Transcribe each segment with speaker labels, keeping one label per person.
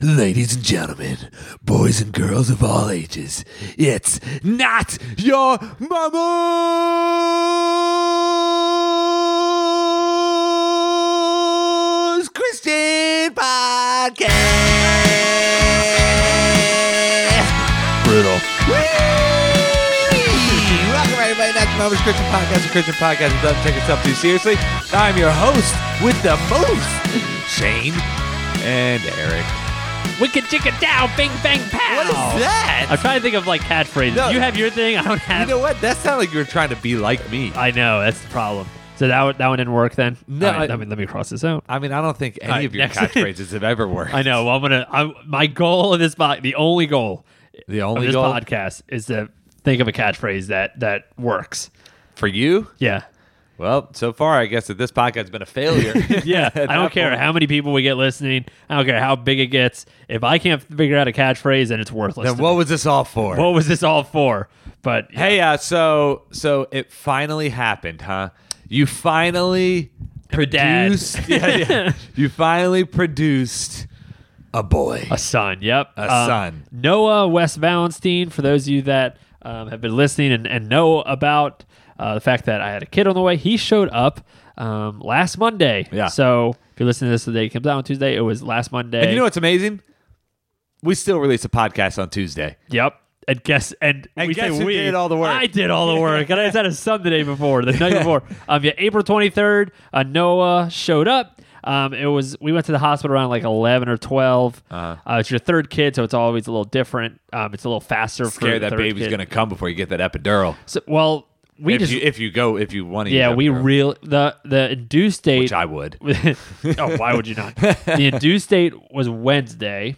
Speaker 1: Ladies and gentlemen, boys and girls of all ages, it's not your mama's Christian podcast. Brutal.
Speaker 2: Welcome everybody back to Mama's Christian Podcast, a Christian podcast that doesn't take itself too seriously. I'm your host with the most, Shane and Eric.
Speaker 3: Wicked chicka dow, bing bang pow.
Speaker 2: What is that?
Speaker 3: I'm trying to think of like catchphrases.
Speaker 2: No.
Speaker 3: You have your thing. I don't
Speaker 2: You
Speaker 3: have.
Speaker 2: know what? That sounded like you were trying to be like me.
Speaker 3: I know that's the problem. So that one- that one didn't work then.
Speaker 2: No,
Speaker 3: All right,
Speaker 2: I-
Speaker 3: let me let me cross this out.
Speaker 2: I mean, I don't think any
Speaker 3: All right,
Speaker 2: of your
Speaker 3: next.
Speaker 2: catchphrases have ever worked.
Speaker 3: I know. Well, I'm gonna. I'm, my goal of this pod, the only goal
Speaker 2: The
Speaker 3: of
Speaker 2: only
Speaker 3: this
Speaker 2: goal
Speaker 3: podcast is to think of a catchphrase that that works.
Speaker 2: for you,
Speaker 3: Yeah,
Speaker 2: well, so far, I guess that this podcast's been a failure.
Speaker 3: yeah.
Speaker 2: At
Speaker 3: I don't
Speaker 2: that
Speaker 3: care
Speaker 2: point.
Speaker 3: how many people we get listening. I don't care how big it gets. If I can't figure out a catchphrase, then it's worthless.
Speaker 2: Then
Speaker 3: to
Speaker 2: what
Speaker 3: me.
Speaker 2: was this all for?
Speaker 3: what was this all for? But yeah.
Speaker 2: Hey, uh, so so it finally happened, huh? You finally
Speaker 3: Dad.
Speaker 2: produced. yeah, yeah. You finally produced a boy.
Speaker 3: A uh, son, yep. A
Speaker 2: son.
Speaker 3: Noah West Valentine, for those of you that um, have been listening and, and know about uh, the fact that I had a kid on the way, he showed up um, last Monday.
Speaker 2: Yeah.
Speaker 3: So if you're listening to this the day it comes out on Tuesday, it was last Monday.
Speaker 2: And you know what's amazing? We still release a podcast on Tuesday.
Speaker 3: Yep. And guess and,
Speaker 2: And
Speaker 3: we
Speaker 2: guess
Speaker 3: say
Speaker 2: who
Speaker 3: we
Speaker 2: did all the work?
Speaker 3: I did all the work, and I just had a son the day before, the night before. Um, yeah, April twenty third, uh, Noah showed up. Um, it was we went to the hospital around like eleven or 12
Speaker 2: Uh-huh.
Speaker 3: uh it's your third kid, so it's always a little different. Um, it's a little faster. for
Speaker 2: Scared
Speaker 3: the
Speaker 2: that
Speaker 3: third
Speaker 2: baby's
Speaker 3: kid.
Speaker 2: going to come before you get that epidural.
Speaker 3: So, well, we
Speaker 2: if
Speaker 3: just
Speaker 2: you if you go if you want to.
Speaker 3: yeah,
Speaker 2: use
Speaker 3: we
Speaker 2: epidural,
Speaker 3: real the the induced date.
Speaker 2: which I would.
Speaker 3: oh, why would you not? The induced date was Wednesday.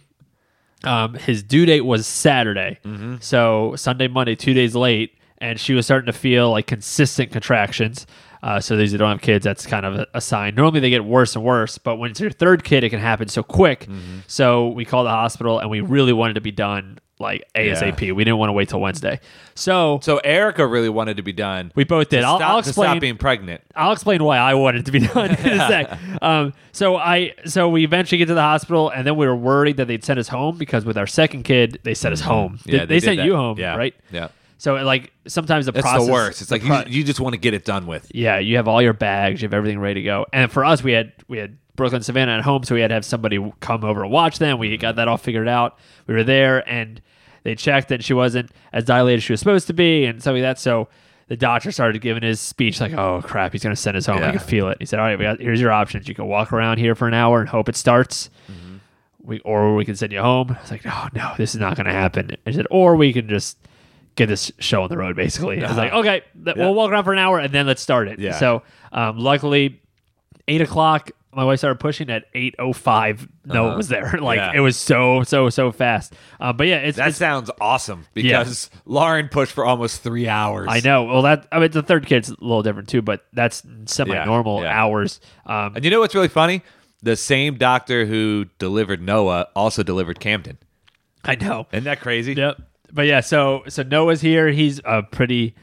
Speaker 3: Um, his due date was Saturday.
Speaker 2: Mm-hmm.
Speaker 3: So Sunday, Monday, two days late, and she was starting to feel like consistent contractions. Uh, so these that don't have kids, that's kind of a, a sign. Normally they get worse and worse, but when it's your third kid, it can happen so quick.
Speaker 2: Mm-hmm.
Speaker 3: So we called the hospital, and we really wanted to be done like ASAP. We didn't want to wait till Wednesday. So
Speaker 2: So Erica really wanted to be done.
Speaker 3: we both did.
Speaker 2: to
Speaker 3: I'll,
Speaker 2: stop,
Speaker 3: I'll
Speaker 2: to
Speaker 3: explain.
Speaker 2: stop being pregnant.
Speaker 3: I'll explain why I wanted it to be done in a sec. Um, so I, so we eventually get to the hospital, and then we were worried that they'd send us home because with our second kid, they sent us home.
Speaker 2: Mm-hmm. Yeah,
Speaker 3: they,
Speaker 2: they did
Speaker 3: sent
Speaker 2: that.
Speaker 3: you home,
Speaker 2: Yeah,
Speaker 3: right?
Speaker 2: yeah.
Speaker 3: So like sometimes the
Speaker 2: That's
Speaker 3: process
Speaker 2: the worst. It's
Speaker 3: the
Speaker 2: like
Speaker 3: pro-
Speaker 2: you, you just want to get it done with.
Speaker 3: yeah, you have all your bags, you have everything ready to go. And for us, we had we had Brooklyn Savannah at home, so we had to have somebody come over and watch them. We got that all figured out. We were there, and they checked that she wasn't as dilated as she was supposed to be, and stuff like that. So the doctor started giving his speech, like, "Oh crap, he's gonna send us home.
Speaker 2: Yeah.
Speaker 3: I can feel it." He said, "All right, we got, here's your options. You can walk around here for an hour and hope it starts." we or we can send you home. I was like, no, no, this is not going to happen. I said, or we can just get this show on the road, basically. I was like, okay, th- we'll walk around for an hour and then let's start it.
Speaker 2: Uh-huh. Yeah.
Speaker 3: So, um, luckily, eight o'clock, my wife started pushing at eight oh five. No, it was there. like
Speaker 2: Uh-huh. Yeah.
Speaker 3: it was so so so fast. Uh, but yeah, it's,
Speaker 2: That
Speaker 3: it's
Speaker 2: sounds awesome because Lauren pushed for almost three hours.
Speaker 3: I know. Well, that I mean, the third kid's a little different too, but that's semi-normal
Speaker 2: yeah.
Speaker 3: hours. Um,
Speaker 2: And you know what's really funny? The same doctor who delivered Noah also delivered Camden.
Speaker 3: I know.
Speaker 2: Isn't that crazy?
Speaker 3: Yep. But yeah, so so Noah's here. He's a pretty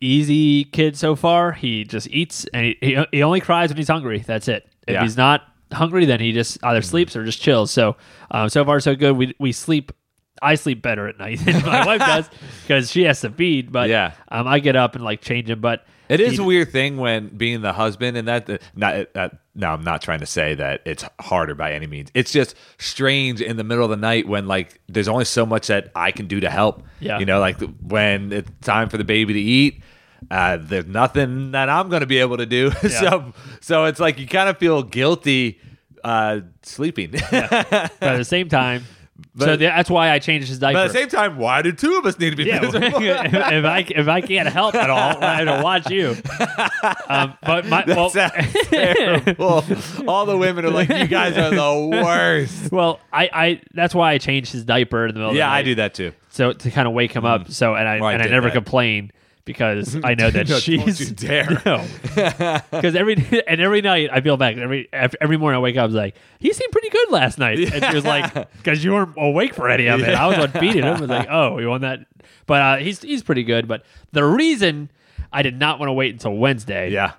Speaker 3: easy kid so far. He just eats and he, he, he only cries when he's hungry. That's it. If
Speaker 2: Yeah. Mm.
Speaker 3: he's not hungry, then he just either sleeps or just chills. So um, so far so good. We we sleep. I sleep better at night than my wife does because she has to feed. But
Speaker 2: Yeah.
Speaker 3: um, I get up and like change him. But
Speaker 2: It is
Speaker 3: he-
Speaker 2: a weird thing when being the husband, and that not that, no, I'm not trying to say that it's harder by any means. It's just strange in the middle of the night when like there's only so much that I can do to help.
Speaker 3: Yeah.
Speaker 2: you know, like when it's time for the baby to eat, uh, there's nothing that I'm going to be able to do. so, so it's like you kind of feel guilty uh, sleeping.
Speaker 3: but at the same time. so that's why I changed his diaper.
Speaker 2: But at the same time, why do two of us need to be
Speaker 3: Yeah,
Speaker 2: miserable?
Speaker 3: if, if I if I can't help at all, I have to watch you. Um, but my well,
Speaker 2: Sounds terrible. All the women are like, you guys are the worst.
Speaker 3: well, I, I that's why I changed his diaper in the middle.
Speaker 2: Yeah,
Speaker 3: of the
Speaker 2: I
Speaker 3: night,
Speaker 2: do that too.
Speaker 3: So to kind of wake him up. So and I
Speaker 2: Well, I
Speaker 3: and I
Speaker 2: did
Speaker 3: never
Speaker 2: that.
Speaker 3: complain because I know that
Speaker 2: No,
Speaker 3: she's
Speaker 2: don't you dare.
Speaker 3: because every and every night I feel back every af- every morning I wake up I was like he seemed pretty good last night and she was like because you weren't awake for any of it I was on feeding him I was like oh you want that but uh, he's he's pretty good but the reason I did not want to wait until Wednesday
Speaker 2: Yeah.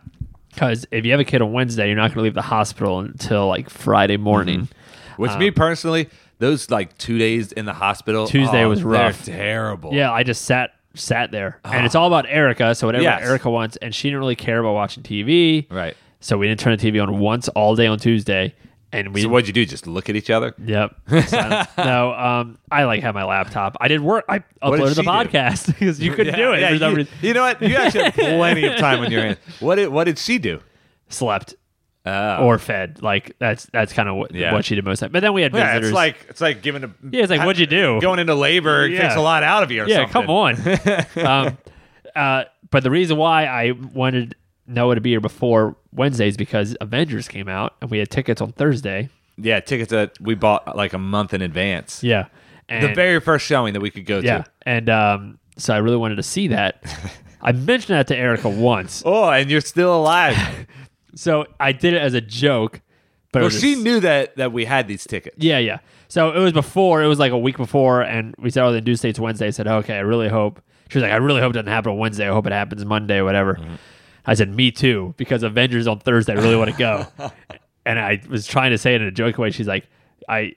Speaker 3: because if you
Speaker 2: Mm-hmm.
Speaker 3: have a kid on Wednesday you're not going to leave the hospital until like Friday morning
Speaker 2: Um, Which me personally, those like two days in the hospital.
Speaker 3: Tuesday
Speaker 2: oh,
Speaker 3: was
Speaker 2: they're
Speaker 3: rough.
Speaker 2: terrible.
Speaker 3: Yeah, I just sat sat there, and it's all about Erica. So whatever
Speaker 2: Ah. Yes.
Speaker 3: Erica wants, and she didn't really care about watching TV.
Speaker 2: Right.
Speaker 3: So we didn't turn the TV on once all day on Tuesday, and we.
Speaker 2: So what'd you do? Just look at each other?
Speaker 3: Yep. So- no, um, I like had my laptop. I did work. I
Speaker 2: did
Speaker 3: uploaded
Speaker 2: she
Speaker 3: the
Speaker 2: do?
Speaker 3: podcast because you couldn't do it. for some
Speaker 2: you,
Speaker 3: reason.
Speaker 2: you know what? You actually have plenty of time on your hands. What did what did she do?
Speaker 3: Slept
Speaker 2: Uh,
Speaker 3: or fed. Like that's that's kind of what,
Speaker 2: Yeah.
Speaker 3: what she did most. Of the time. But then we had visitors.
Speaker 2: yeah, it's like it's like giving a
Speaker 3: Yeah, it's like, what'd you do?
Speaker 2: Going into labor
Speaker 3: Yeah.
Speaker 2: it takes a lot out of you. Or
Speaker 3: yeah,
Speaker 2: something.
Speaker 3: come on. um, uh, but the reason why I wanted Noah to be here before Wednesday is because Avengers came out and we had tickets on Thursday.
Speaker 2: Yeah, tickets that we bought like a month in advance.
Speaker 3: Yeah, and,
Speaker 2: The very first showing that we could go
Speaker 3: yeah,
Speaker 2: to.
Speaker 3: and um, so I really wanted to see that. I mentioned that to Erica once,
Speaker 2: Oh, and you're still alive.
Speaker 3: so I did it as a joke. But it
Speaker 2: well,
Speaker 3: was
Speaker 2: she
Speaker 3: just-
Speaker 2: knew that that we had these tickets.
Speaker 3: Yeah, yeah. So it was before, it was like a week before, and we said, oh, the due date's Wednesday. I said, okay, I really hope. She was like, I really hope it doesn't happen on Wednesday. I hope it happens Monday, whatever. I said, me too, because Avengers on Thursday. I really want to go. and I was trying to say it in a joking way. She's like, I.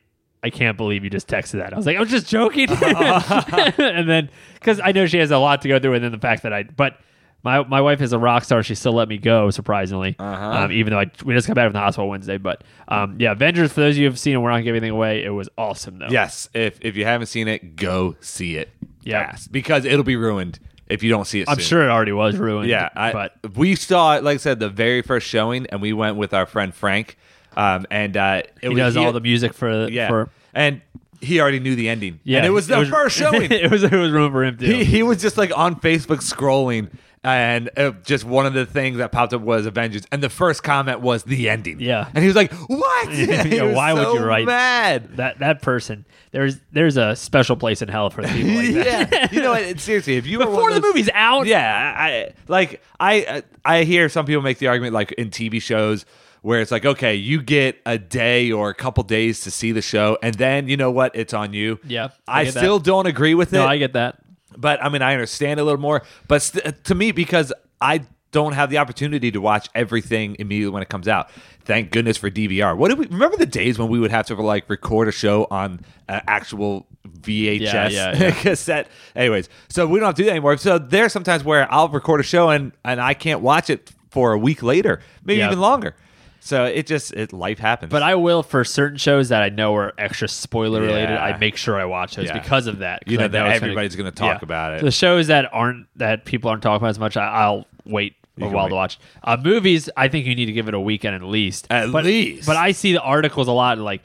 Speaker 3: I can't believe you just texted that. I was like, I was just joking. and then, because I know she has a lot to go through, and then the fact that I, but my my wife is a rock star. She still let me go, surprisingly.
Speaker 2: Uh-huh.
Speaker 3: Um, even though I we just got back from the hospital Wednesday, but um, yeah, Avengers. For those of you who've seen it, we're not giving anything away. It was awesome though.
Speaker 2: Yes, if if you haven't seen it, go see it.
Speaker 3: Yeah.
Speaker 2: fast, because it'll be ruined if you don't see it.
Speaker 3: I'm
Speaker 2: soon.
Speaker 3: sure it already was ruined.
Speaker 2: Yeah, I,
Speaker 3: but
Speaker 2: we saw it. Like I said, the very first showing, and we went with our friend Frank, um, and uh, it
Speaker 3: he
Speaker 2: was
Speaker 3: does all the music for
Speaker 2: yeah,
Speaker 3: for
Speaker 2: and he already knew the ending. and it was the first showing.
Speaker 3: it was it was ruined for him too.
Speaker 2: he, he was just like on Facebook scrolling, and uh, just one of the things that popped up was Avengers, and the first comment was the ending.
Speaker 3: Yeah.
Speaker 2: and he was like, "What?
Speaker 3: Yeah,
Speaker 2: He was
Speaker 3: why would
Speaker 2: so
Speaker 3: you write-
Speaker 2: Mad.
Speaker 3: that that person there's there's a special place in hell for people like that.
Speaker 2: yeah, you know, what? it, seriously, if you were
Speaker 3: Before
Speaker 2: one of
Speaker 3: the
Speaker 2: those-
Speaker 3: movie's out,
Speaker 2: yeah, I I- like I I hear some people make the argument like in TV shows where it's like okay, you get a day or a couple days to see the show, and then you know what, it's on you.
Speaker 3: Yeah, I
Speaker 2: I,
Speaker 3: get that.
Speaker 2: still don't agree with it,
Speaker 3: no, I get that.
Speaker 2: but I mean, I understand a little more. But st- uh, to me, because I don't have the opportunity to watch everything immediately when it comes out. Thank goodness for DVR. What did we remember the days when we would have to like record a show on uh, actual VHS
Speaker 3: Yeah, yeah, yeah.
Speaker 2: cassette. Anyways, so we don't have to do that anymore. So there's sometimes where I'll record a show and and I can't watch it for a week later, maybe
Speaker 3: Yeah.
Speaker 2: even longer. So it just it life happens.
Speaker 3: But I will for certain shows that I know are extra spoiler related.
Speaker 2: Yeah.
Speaker 3: I make sure I watch those
Speaker 2: Yeah.
Speaker 3: because of that. 'cause
Speaker 2: You know
Speaker 3: I
Speaker 2: that
Speaker 3: it's
Speaker 2: everybody's gonna talk about it.
Speaker 3: The shows that aren't that people aren't talking about as much, I, I'll wait a
Speaker 2: can
Speaker 3: while
Speaker 2: wait.
Speaker 3: to watch. Uh, movies, I think you need to give it a weekend at least.
Speaker 2: At
Speaker 3: but,
Speaker 2: least.
Speaker 3: But I see the articles a lot, like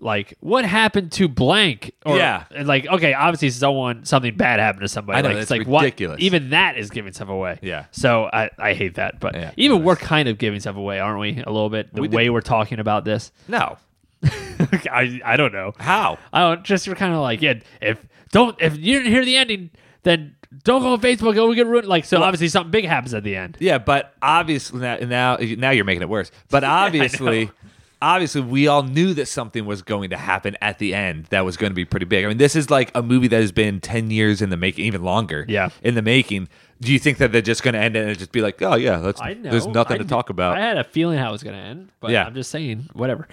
Speaker 3: like what happened to blank? Or,
Speaker 2: Yeah.
Speaker 3: and Like okay, obviously someone something bad happened to somebody.
Speaker 2: I know,
Speaker 3: like,
Speaker 2: that's
Speaker 3: it's like what-
Speaker 2: ridiculous.
Speaker 3: even that is giving stuff away.
Speaker 2: Yeah.
Speaker 3: So I, I hate that. But
Speaker 2: Yeah,
Speaker 3: even we're kind of giving stuff away, aren't we? A little bit the
Speaker 2: We did.
Speaker 3: way we're talking about this.
Speaker 2: no,
Speaker 3: I I don't know.
Speaker 2: how?
Speaker 3: I don't just you're kind of like yeah. If don't if you didn't hear the ending, then don't go on Facebook. Go get ruined. Like so, obviously something big happens at the end.
Speaker 2: Yeah, but obviously now now, now you're making it worse. But obviously, obviously we all knew that something was going to happen at the end that was going to be pretty big. I mean, this is like a movie that has been ten years in the making, even longer.
Speaker 3: Yeah.
Speaker 2: in the making. Do you think that they're just going to end it and just be like, oh yeah, let's,
Speaker 3: I know.
Speaker 2: there's nothing
Speaker 3: I
Speaker 2: to
Speaker 3: kn-
Speaker 2: talk about?
Speaker 3: I had a feeling how it was going to end, but
Speaker 2: Yeah.
Speaker 3: I'm just saying whatever.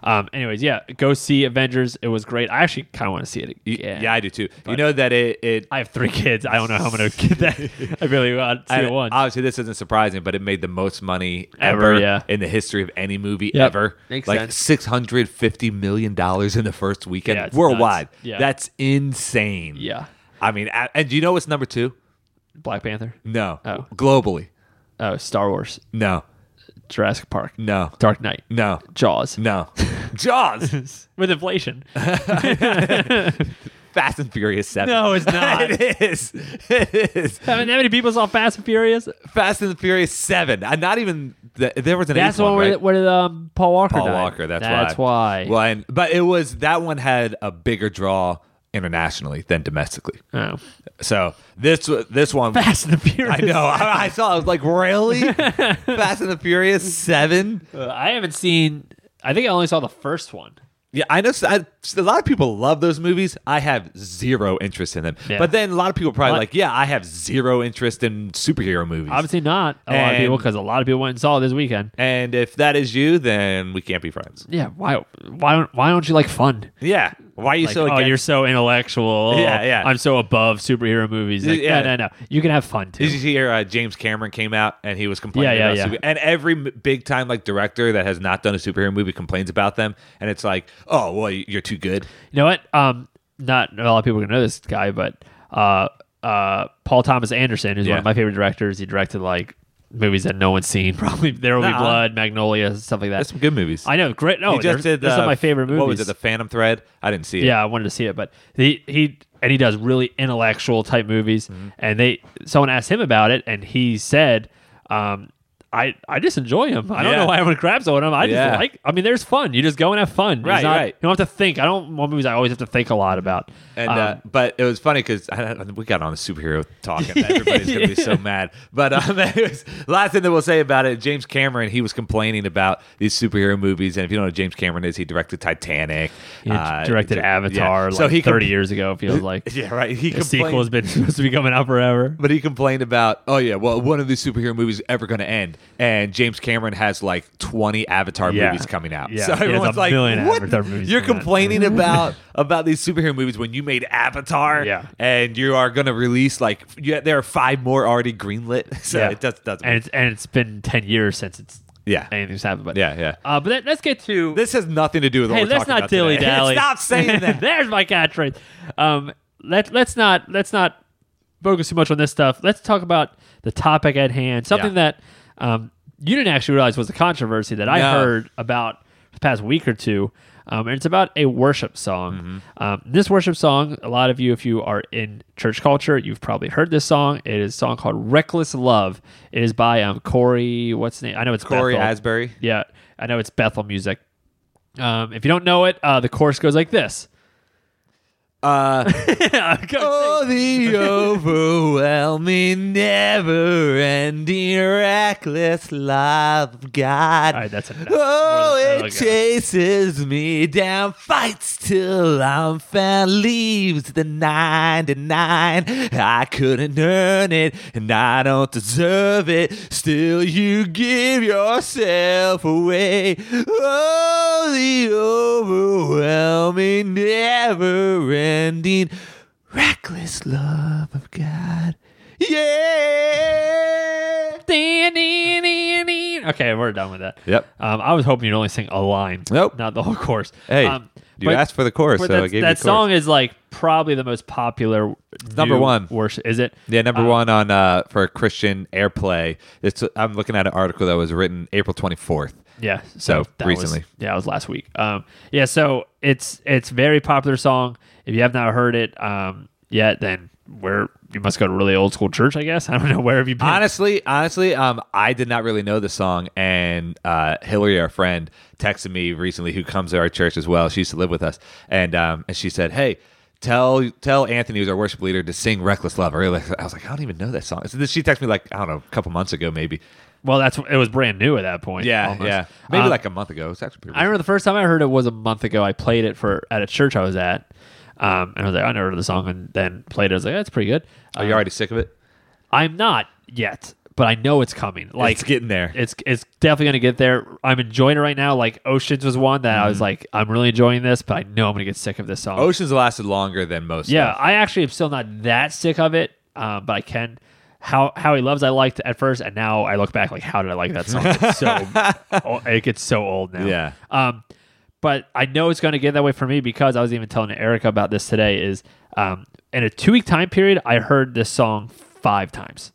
Speaker 3: Um. Anyways, yeah. Go see Avengers. It was great. I actually kind of want to see it
Speaker 2: yeah.
Speaker 3: again.
Speaker 2: I do too. you know that it it
Speaker 3: I have three kids. I don't know how I'm going to get that. I really want to see
Speaker 2: And
Speaker 3: it once.
Speaker 2: Obviously, this isn't surprising, but it made the most money
Speaker 3: Ever,
Speaker 2: ever,
Speaker 3: yeah.
Speaker 2: in the history of any movie
Speaker 3: Yep.
Speaker 2: ever.
Speaker 3: Makes
Speaker 2: like
Speaker 3: sense.
Speaker 2: six hundred fifty million dollars in the first weekend
Speaker 3: Yeah, it's
Speaker 2: worldwide.
Speaker 3: nuts. Yeah.
Speaker 2: That's insane.
Speaker 3: Yeah.
Speaker 2: I mean, a- and do you know what's number two?
Speaker 3: Black Panther.
Speaker 2: No,
Speaker 3: Oh.
Speaker 2: globally,
Speaker 3: Oh, Star Wars.
Speaker 2: no,
Speaker 3: Jurassic Park.
Speaker 2: no,
Speaker 3: Dark Knight.
Speaker 2: no,
Speaker 3: Jaws.
Speaker 2: no. Jaws,
Speaker 3: With inflation.
Speaker 2: Fast and Furious Seven.
Speaker 3: No, it's not.
Speaker 2: it is. It is.
Speaker 3: I mean, how many people saw Fast and Furious?
Speaker 2: Fast and Furious Seven. I'm not even. th- There was an.
Speaker 3: That's
Speaker 2: eighth
Speaker 3: the one where,
Speaker 2: right?
Speaker 3: where um, Paul Walker
Speaker 2: Paul
Speaker 3: died.
Speaker 2: Walker. That's,
Speaker 3: that's why.
Speaker 2: Well, and, but it was that one had a bigger draw internationally than domestically.
Speaker 3: Oh.
Speaker 2: So this this one,
Speaker 3: Fast and the Furious.
Speaker 2: I know. I, I saw. I was like, really? Fast and the Furious Seven.
Speaker 3: Uh, I haven't seen. I think I only saw the first one.
Speaker 2: Yeah, I know. s- I- a lot of people love those movies. I have zero interest in them.
Speaker 3: Yeah.
Speaker 2: But then a lot of people are probably
Speaker 3: What?
Speaker 2: like, "Yeah, I have zero interest in superhero movies."
Speaker 3: Obviously not a lot of
Speaker 2: And-
Speaker 3: people because a lot of people went and saw it this weekend.
Speaker 2: and if that is you, then we can't be friends.
Speaker 3: Yeah, why why don't why don't you like fun?
Speaker 2: Yeah. Why are you
Speaker 3: Like,
Speaker 2: so?
Speaker 3: oh,
Speaker 2: against-
Speaker 3: you're so intellectual.
Speaker 2: Yeah, yeah.
Speaker 3: I'm so above superhero movies. Like,
Speaker 2: Yeah.
Speaker 3: No, no, no. You can have fun too.
Speaker 2: Did you hear uh, James Cameron came out and he was complaining
Speaker 3: Yeah, yeah,
Speaker 2: about
Speaker 3: yeah.
Speaker 2: super- and every big time like director that has not done a superhero movie complains about them and it's like, "Oh, well, y- you're too good."
Speaker 3: You know what? Um, not a lot of people are gonna know this guy, but uh, uh, Paul Thomas Anderson, who's one
Speaker 2: Yeah.
Speaker 3: of my favorite directors. He directed like movies that no one's seen. Probably There Will
Speaker 2: Nuh-uh.
Speaker 3: Be Blood, Magnolia, stuff like that.
Speaker 2: That's some good movies.
Speaker 3: I know, great. No,
Speaker 2: he just
Speaker 3: they're-
Speaker 2: did
Speaker 3: they're some
Speaker 2: uh,
Speaker 3: of my favorite movies.
Speaker 2: What was it? The Phantom Thread? I didn't see it.
Speaker 3: yeah, I wanted to see it, but he he and he does really intellectual type movies.
Speaker 2: Mm-hmm.
Speaker 3: And they someone asked him about it, and he said, um, "I I just enjoy him. I don't
Speaker 2: Yeah.
Speaker 3: know why everyone grabs on him. I just
Speaker 2: Yeah.
Speaker 3: like. I mean, there's fun. You just go and have fun. There's
Speaker 2: Right,
Speaker 3: not-
Speaker 2: right.
Speaker 3: You don't have to think. I don't want movies. I always have to think a lot about.
Speaker 2: And
Speaker 3: Um,
Speaker 2: uh, but it was funny because we got on a superhero talk and everybody's gonna be so mad. But um, it was, last thing that we'll say about it, James Cameron, he was complaining about these superhero movies, and if you don't know who James Cameron is, he directed Titanic,
Speaker 3: he
Speaker 2: uh,
Speaker 3: directed
Speaker 2: yeah.
Speaker 3: Avatar like
Speaker 2: he
Speaker 3: 30
Speaker 2: compl-
Speaker 3: years ago. It feels like
Speaker 2: Yeah, right. He
Speaker 3: the sequel has
Speaker 2: complained,
Speaker 3: been supposed to be coming out forever.
Speaker 2: but he complained about, oh yeah, well, one of these superhero movies ever going to end, and James Cameron has like twenty Avatar
Speaker 3: Yeah.
Speaker 2: movies coming out.
Speaker 3: Yeah.
Speaker 2: So
Speaker 3: He has a
Speaker 2: everyone's like,
Speaker 3: million
Speaker 2: what?
Speaker 3: Avatar movies
Speaker 2: You're
Speaker 3: coming out."
Speaker 2: complaining about about these superhero movies when you made Avatar,
Speaker 3: Yeah.
Speaker 2: and you are going to release like, yeah, there are five more already greenlit, so it does, doesn't.
Speaker 3: and it's and it's been 10 years since it's
Speaker 2: Yeah.
Speaker 3: anything's happened. But
Speaker 2: yeah, yeah.
Speaker 3: uh, but let, let's get to
Speaker 2: This has nothing to do with.
Speaker 3: Hey,
Speaker 2: what we're
Speaker 3: let's
Speaker 2: talking
Speaker 3: not
Speaker 2: about today.
Speaker 3: dilly dally.
Speaker 2: Stop saying that.
Speaker 3: There's my catchphrase. Um, let let's not let's not focus too much on this stuff. Let's talk about the topic at hand. Something that um, you didn't actually realize was a controversy that I
Speaker 2: No.
Speaker 3: heard about the past week or two. Um, and it's about a worship song.
Speaker 2: Mm-hmm.
Speaker 3: Um, this worship song, a lot of you, if you are in church culture, you've probably heard this song. It is a song called "Reckless Love." It is by um, Corey. What's his name? I know it's
Speaker 2: Corey
Speaker 3: Bethel.
Speaker 2: Asbury.
Speaker 3: Yeah, I know it's Bethel music. Um, if you don't know it, uh, the chorus goes like this.
Speaker 2: Uh,
Speaker 3: oh,
Speaker 2: Oh, the overwhelming, never ending, reckless love of God.
Speaker 3: All right, that's enough. More than-
Speaker 2: Oh,
Speaker 3: oh,
Speaker 2: it
Speaker 3: God.
Speaker 2: chases me down, fights till I'm found, leaves the 99. I couldn't earn it, and I don't deserve it. Still, you give yourself away. Oh, the overwhelming, never ending, reckless love of God. Yeah.
Speaker 3: okay, we're done with that.
Speaker 2: Yep.
Speaker 3: Um, I was hoping you'd only sing a line.
Speaker 2: Nope.
Speaker 3: Not the whole chorus.
Speaker 2: Hey,
Speaker 3: Um,
Speaker 2: you
Speaker 3: but-
Speaker 2: asked for the chorus,
Speaker 3: but
Speaker 2: so I
Speaker 3: that's-
Speaker 2: gave you
Speaker 3: that
Speaker 2: the chorus.
Speaker 3: song is like probably the most popular.
Speaker 2: number
Speaker 3: new
Speaker 2: one.
Speaker 3: Worship is it?
Speaker 2: Yeah, number
Speaker 3: Uh,
Speaker 2: one on uh, for Christian airplay. It's I'm looking at an article that was written April 24th.
Speaker 3: Yeah.
Speaker 2: So,
Speaker 3: that
Speaker 2: recently.
Speaker 3: was- yeah, it was last week. Um, yeah. So it's it's very popular song. If you have not heard it um, yet, then where you must go to really old school church, I guess. I don't know where have you been.
Speaker 2: Honestly, honestly, um, I did not really know the song, and uh, Hillary, our friend, texted me recently, who comes to our church as well. She used to live with us, and um, and she said, "Hey, tell tell Anthony, who's our worship leader, to sing Reckless Love." I, really, I was like, "I don't even know that song." So then she texted me like I don't know, a couple months ago, maybe.
Speaker 3: Well, that's it was brand new at that point.
Speaker 2: Yeah,
Speaker 3: almost.
Speaker 2: yeah, maybe
Speaker 3: Um,
Speaker 2: like a month ago. It's actually pretty.
Speaker 3: I remember the first time I heard it was a month ago. I played it for at a church I was at, um, and I was like, I never heard of the song, and then played it. I was like, that's pretty good. Uh,
Speaker 2: Are you already sick of it?
Speaker 3: I'm not yet, but I know it's coming. Like
Speaker 2: it's getting there.
Speaker 3: it's it's definitely gonna get there. I'm enjoying it right now. Like Oceans was one that I was like, I'm really enjoying this, but I know I'm gonna get sick of this song.
Speaker 2: Mm-hmm. Oceans lasted longer than most.
Speaker 3: Yeah, I actually am still not that sick of it, um, but I can. How how he loves I liked at first, and now I look back like how did I like that song? It's so it gets so old now.
Speaker 2: Yeah.
Speaker 3: Um, but I know it's going to get that way for me because I was even telling Erica about this today. Is um, in a two week time period, I heard this song five times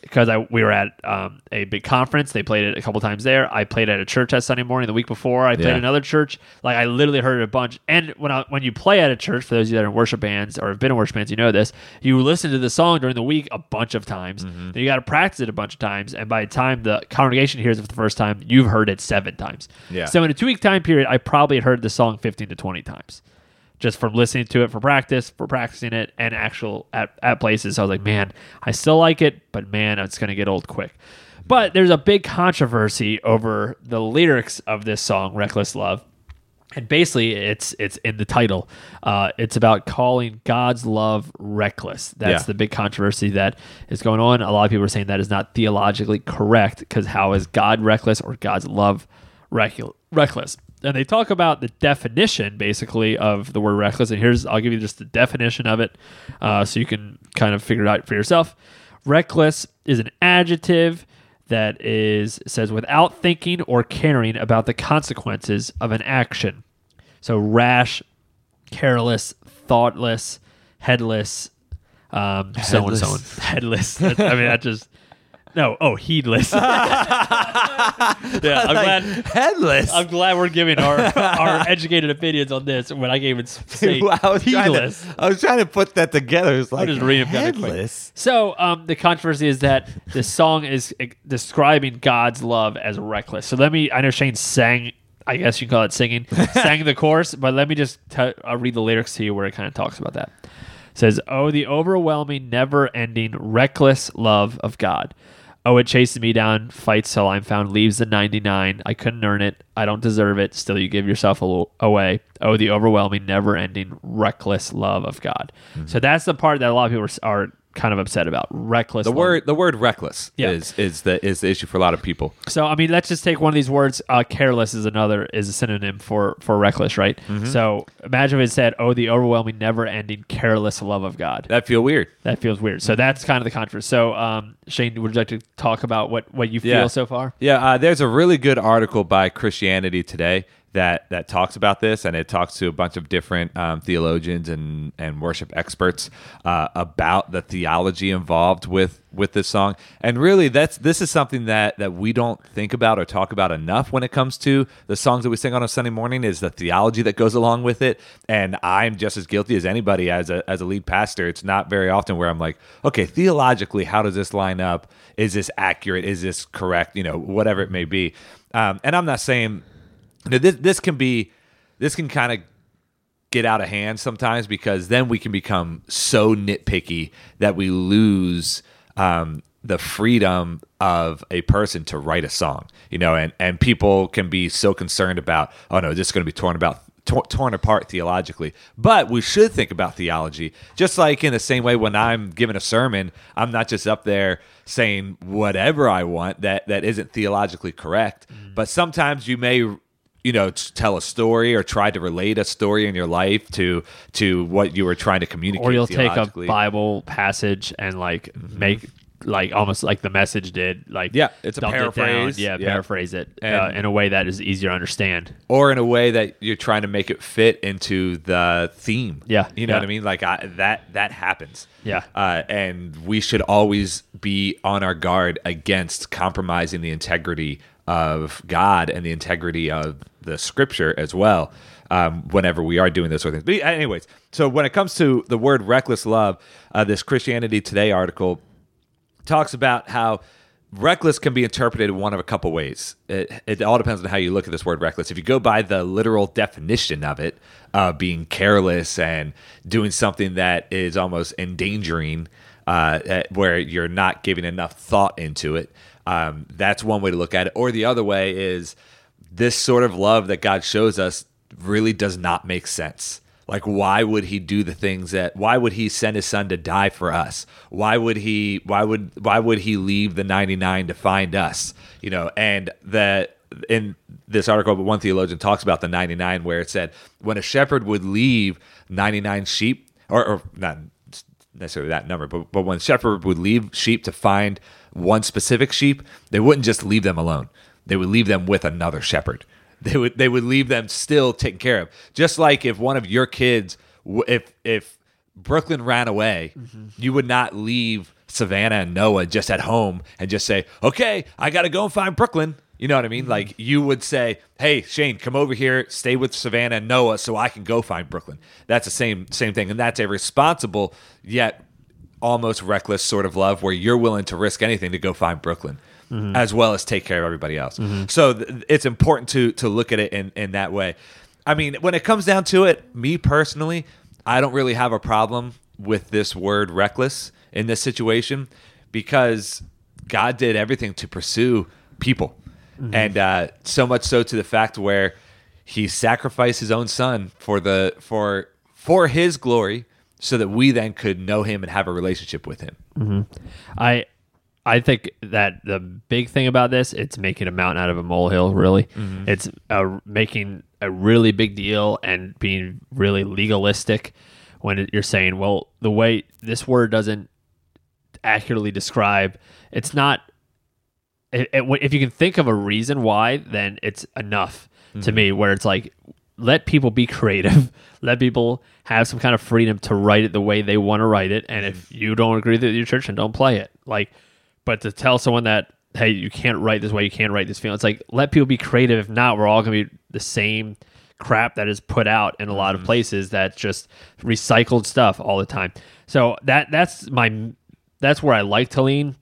Speaker 3: because I we were at um, a big conference. They played it a couple times there. I played at a church that Sunday morning. The week before, I played
Speaker 2: Yeah.
Speaker 3: another church. Like I literally heard it a bunch. And when I, when you play at a church, for those of you that are in worship bands or have been in worship bands, you know this. You listen to the song during the week a bunch of times. Then You got to practice it a bunch of times. And by the time the congregation hears it for the first time, you've heard it seven times.
Speaker 2: Yeah.
Speaker 3: So in a two week time period, I probably heard the song fifteen to twenty times just from listening to it for practice, for practicing it, and actual at, at places. So I was like, man, I still like it, but man, it's going to get old quick. But there's a big controversy over the lyrics of this song, Reckless Love. and basically it's it's in the title uh, it's about calling god's love reckless that's
Speaker 2: Yeah.
Speaker 3: the big controversy that is going on a lot of people are saying that is not theologically correct because how is god reckless or god's love recu- reckless and they talk about the definition basically of the word reckless and here's i'll give you just the definition of it uh, so you can kind of figure it out for yourself reckless is an adjective that is says without thinking or caring about the consequences of an action. So rash, careless, thoughtless, headless, um, so and so on.
Speaker 2: Headless.
Speaker 3: Headless. That- I mean, that just no. Oh, heedless. yeah, I'm glad.
Speaker 2: Headless.
Speaker 3: I'm glad we're giving our our educated opinions on this when I gave it say
Speaker 2: Well, I, was trying to,
Speaker 3: heedless.
Speaker 2: I was trying to put that together. It's like
Speaker 3: just read it kinda quick.
Speaker 2: headless.
Speaker 3: So um, the controversy is that this song is eh, describing God's love as reckless. So let me, I know Shane sang, I guess you call it singing, sang the chorus, but let me just i I'll read the lyrics to you where it kind of talks about that. It says, Oh, the overwhelming, never ending, reckless love of God. Oh, it chases me down, fights till I'm found, leaves the 99. I couldn't earn it. I don't deserve it. Still, you give yourself a lo- away. Oh, the overwhelming, never ending, reckless love of God.
Speaker 2: Mm-hmm.
Speaker 3: So that's the part that a lot of people are, s- are kind of upset about. Reckless.
Speaker 2: The
Speaker 3: love.
Speaker 2: word the word reckless
Speaker 3: Yeah.
Speaker 2: is is the is the issue for a lot of people.
Speaker 3: So I mean, let's just take one of these words. Uh, careless is another is a synonym for for reckless, right?
Speaker 2: Mm-hmm.
Speaker 3: So imagine if it said, "Oh, the overwhelming, never-ending, careless love of God."
Speaker 2: That feel weird.
Speaker 3: That feels weird.
Speaker 2: Mm-hmm.
Speaker 3: So that's kind of the controversy. So um, Shane, would you like to talk about what what you feel
Speaker 2: Yeah.
Speaker 3: so far?
Speaker 2: Yeah, uh, there's a really good article by Christianity Today that that talks about this, and it talks to a bunch of different um, theologians and and worship experts uh, about the theology involved with with this song. And really, that's this is something that that we don't think about or talk about enough when it comes to the songs that we sing on a Sunday morning. Is the theology that goes along with it? And I'm just as guilty as anybody as a as a lead pastor. It's not very often where I'm like, okay, theologically, how does this line up? Is this accurate? Is this correct? You know, whatever it may be. Um, and I'm not saying you know, this this can be this can kind of get out of hand sometimes because then we can become so nitpicky that we lose um, the freedom of a person to write a song, you know, and and people can be so concerned about oh no, this is going to be torn about. tor- Torn apart theologically, but we should think about theology just like in the same way. When I'm giving a sermon, I'm not just up there saying whatever I want that that isn't theologically correct. But sometimes you may you know t- tell a story or try to relate a story in your life to to what you were trying to communicate
Speaker 3: Or you'll take a
Speaker 2: theologically.
Speaker 3: Bible passage and like make like almost like the message did, like
Speaker 2: Mm-hmm. Yeah, it's a
Speaker 3: dump it down,
Speaker 2: paraphrase.
Speaker 3: yeah,
Speaker 2: Yeah.
Speaker 3: paraphrase it uh,
Speaker 2: And-
Speaker 3: in a way that is easier to understand.
Speaker 2: or in a way that you're trying to make it fit into the theme
Speaker 3: Yeah,
Speaker 2: you know
Speaker 3: yeah.
Speaker 2: what i mean like I, that that happens
Speaker 3: Yeah.
Speaker 2: uh, and we should always be on our guard against compromising the integrity of god and the integrity of the scripture as well um, whenever we are doing those sort of things but anyways so when it comes to the word reckless love uh, this christianity today article talks about how reckless can be interpreted one of a couple ways. It, it all depends on how you look at this word reckless. If you go by the literal definition of it, uh, being careless and doing something that is almost endangering, uh, eh, where you're not giving enough thought into it, um, that's one way to look at it. Or the other way is this sort of love that God shows us really does not make sense. Like, why would he do the things that? Why would he send his son to die for us? Why would he? Why would? Why would he leave the ninety nine to find us? You know, and that in this article, but one theologian talks about the ninety nine, where it said when a shepherd would leave ninety nine sheep, or, or not necessarily that number, but but when shepherd would leave sheep to find one specific sheep, they wouldn't just leave them alone. They would leave them with another shepherd. They would they would leave them still taken care of. Just like if one of your kids, w- if if Brooklyn ran away, you would not leave Savannah and Noah just at home and just say, "Okay, I got to go and find Brooklyn." You know what I mean? Like you would say, "Hey, Shane, come over here, stay with Savannah and Noah, so I can go find Brooklyn." That's the same same thing, and that's a responsible yet almost reckless sort of love where you're willing to risk anything to go find Brooklyn as well as take care of everybody else. So th- it's important to to look at it in in that way. I mean, when it comes down to it, me personally, I don't really have a problem with this word reckless in this situation because God did
Speaker 3: Mm-hmm.
Speaker 2: everything to pursue people. And uh, so much so to the fact where he sacrificed his own son for the for for his glory so that we then could know him and have a relationship with him.
Speaker 3: I I think that the big thing about this, it's making a mountain out of a molehill. Really,
Speaker 2: Mm-hmm.
Speaker 3: it's a, making a really big deal and being really legalistic when it, you're saying, well, the way this word doesn't accurately describe, it's not. It, it, if you can think of a reason why, then it's enough to me. Where it's like, let people be creative. Let people have some kind of freedom to write it the way they want to write it. And if you don't agree with your church, then don't play it. Like, but to tell someone that, hey, you can't write this way, you can't write this feeling, it's like, let people be creative. If not, we're all going to be the same crap that is put out in a lot of places that just recycled stuff all the time. So that that's my that's where I like to lean.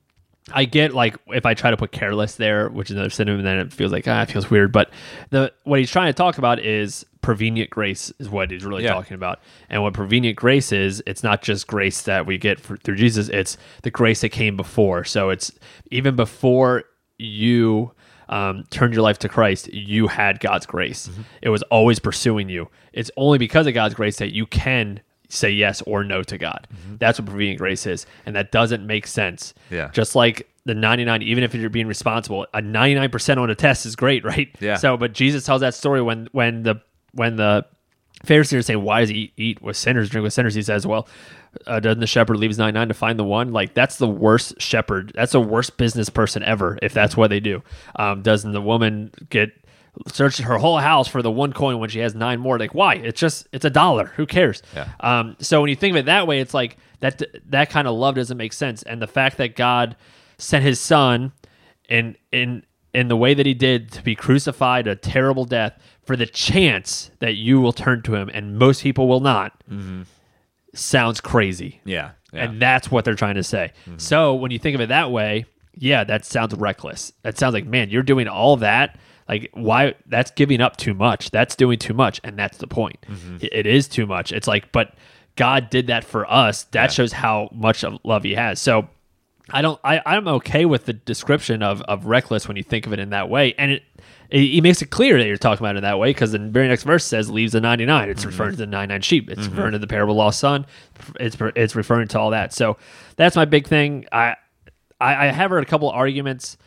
Speaker 3: I get like if I try to put careless there, which is another synonym, then it feels like ah, it feels weird. But the what he's trying to talk about is prevenient grace is what he's really
Speaker 2: Yeah.
Speaker 3: talking about. And what prevenient grace is, it's not just grace that we get for, through Jesus; it's the grace that came before. So it's even before you um, turned your life to Christ, you had God's grace.
Speaker 2: Mm-hmm.
Speaker 3: It was always pursuing you. It's only because of God's grace that you can say yes or no to God. That's what prevenient grace is, and that doesn't make sense.
Speaker 2: Mm-hmm. Yeah.
Speaker 3: Just like the 99, even if you're being responsible, a 99% on a test is great, right?
Speaker 2: Yeah.
Speaker 3: So, but Jesus tells that story when when the when the Pharisees say, "Why does he eat, eat with sinners, drink with sinners?" He says, "Well, uh, doesn't the shepherd leave his 99 to find the one? Like that's the worst shepherd. That's the worst business person ever. If that's what they do, um, doesn't the woman get?" searched her whole house for the one coin when she has nine more like why it's just it's a dollar who cares
Speaker 2: Yeah.
Speaker 3: um, so when you think of it that way, it's like that that kind of love doesn't make sense. And the fact that God sent His Son in in in the way that He did to be crucified, a terrible death, for the chance that you will turn to Him, and most people will not, sounds crazy.
Speaker 2: Yeah. yeah.
Speaker 3: And that's what they're trying to say. So when you think of it that way, yeah, that sounds reckless. That sounds like, man, you're doing all that. Like, why? That's giving up too much. That's doing too much. And that's the point. It- it is too much. It's like, but God did that for us. That shows how much of love He has. So I don't. I, I'm okay with the description of, of reckless when you think of it in that way, and it it, it makes it clear that you're talking about it in that way because the very next verse says leaves the 99. It's referring to the 99 sheep. It's referring to the parable of the lost son. It's it's referring to all that. So that's my big thing. I I, I have heard a couple arguments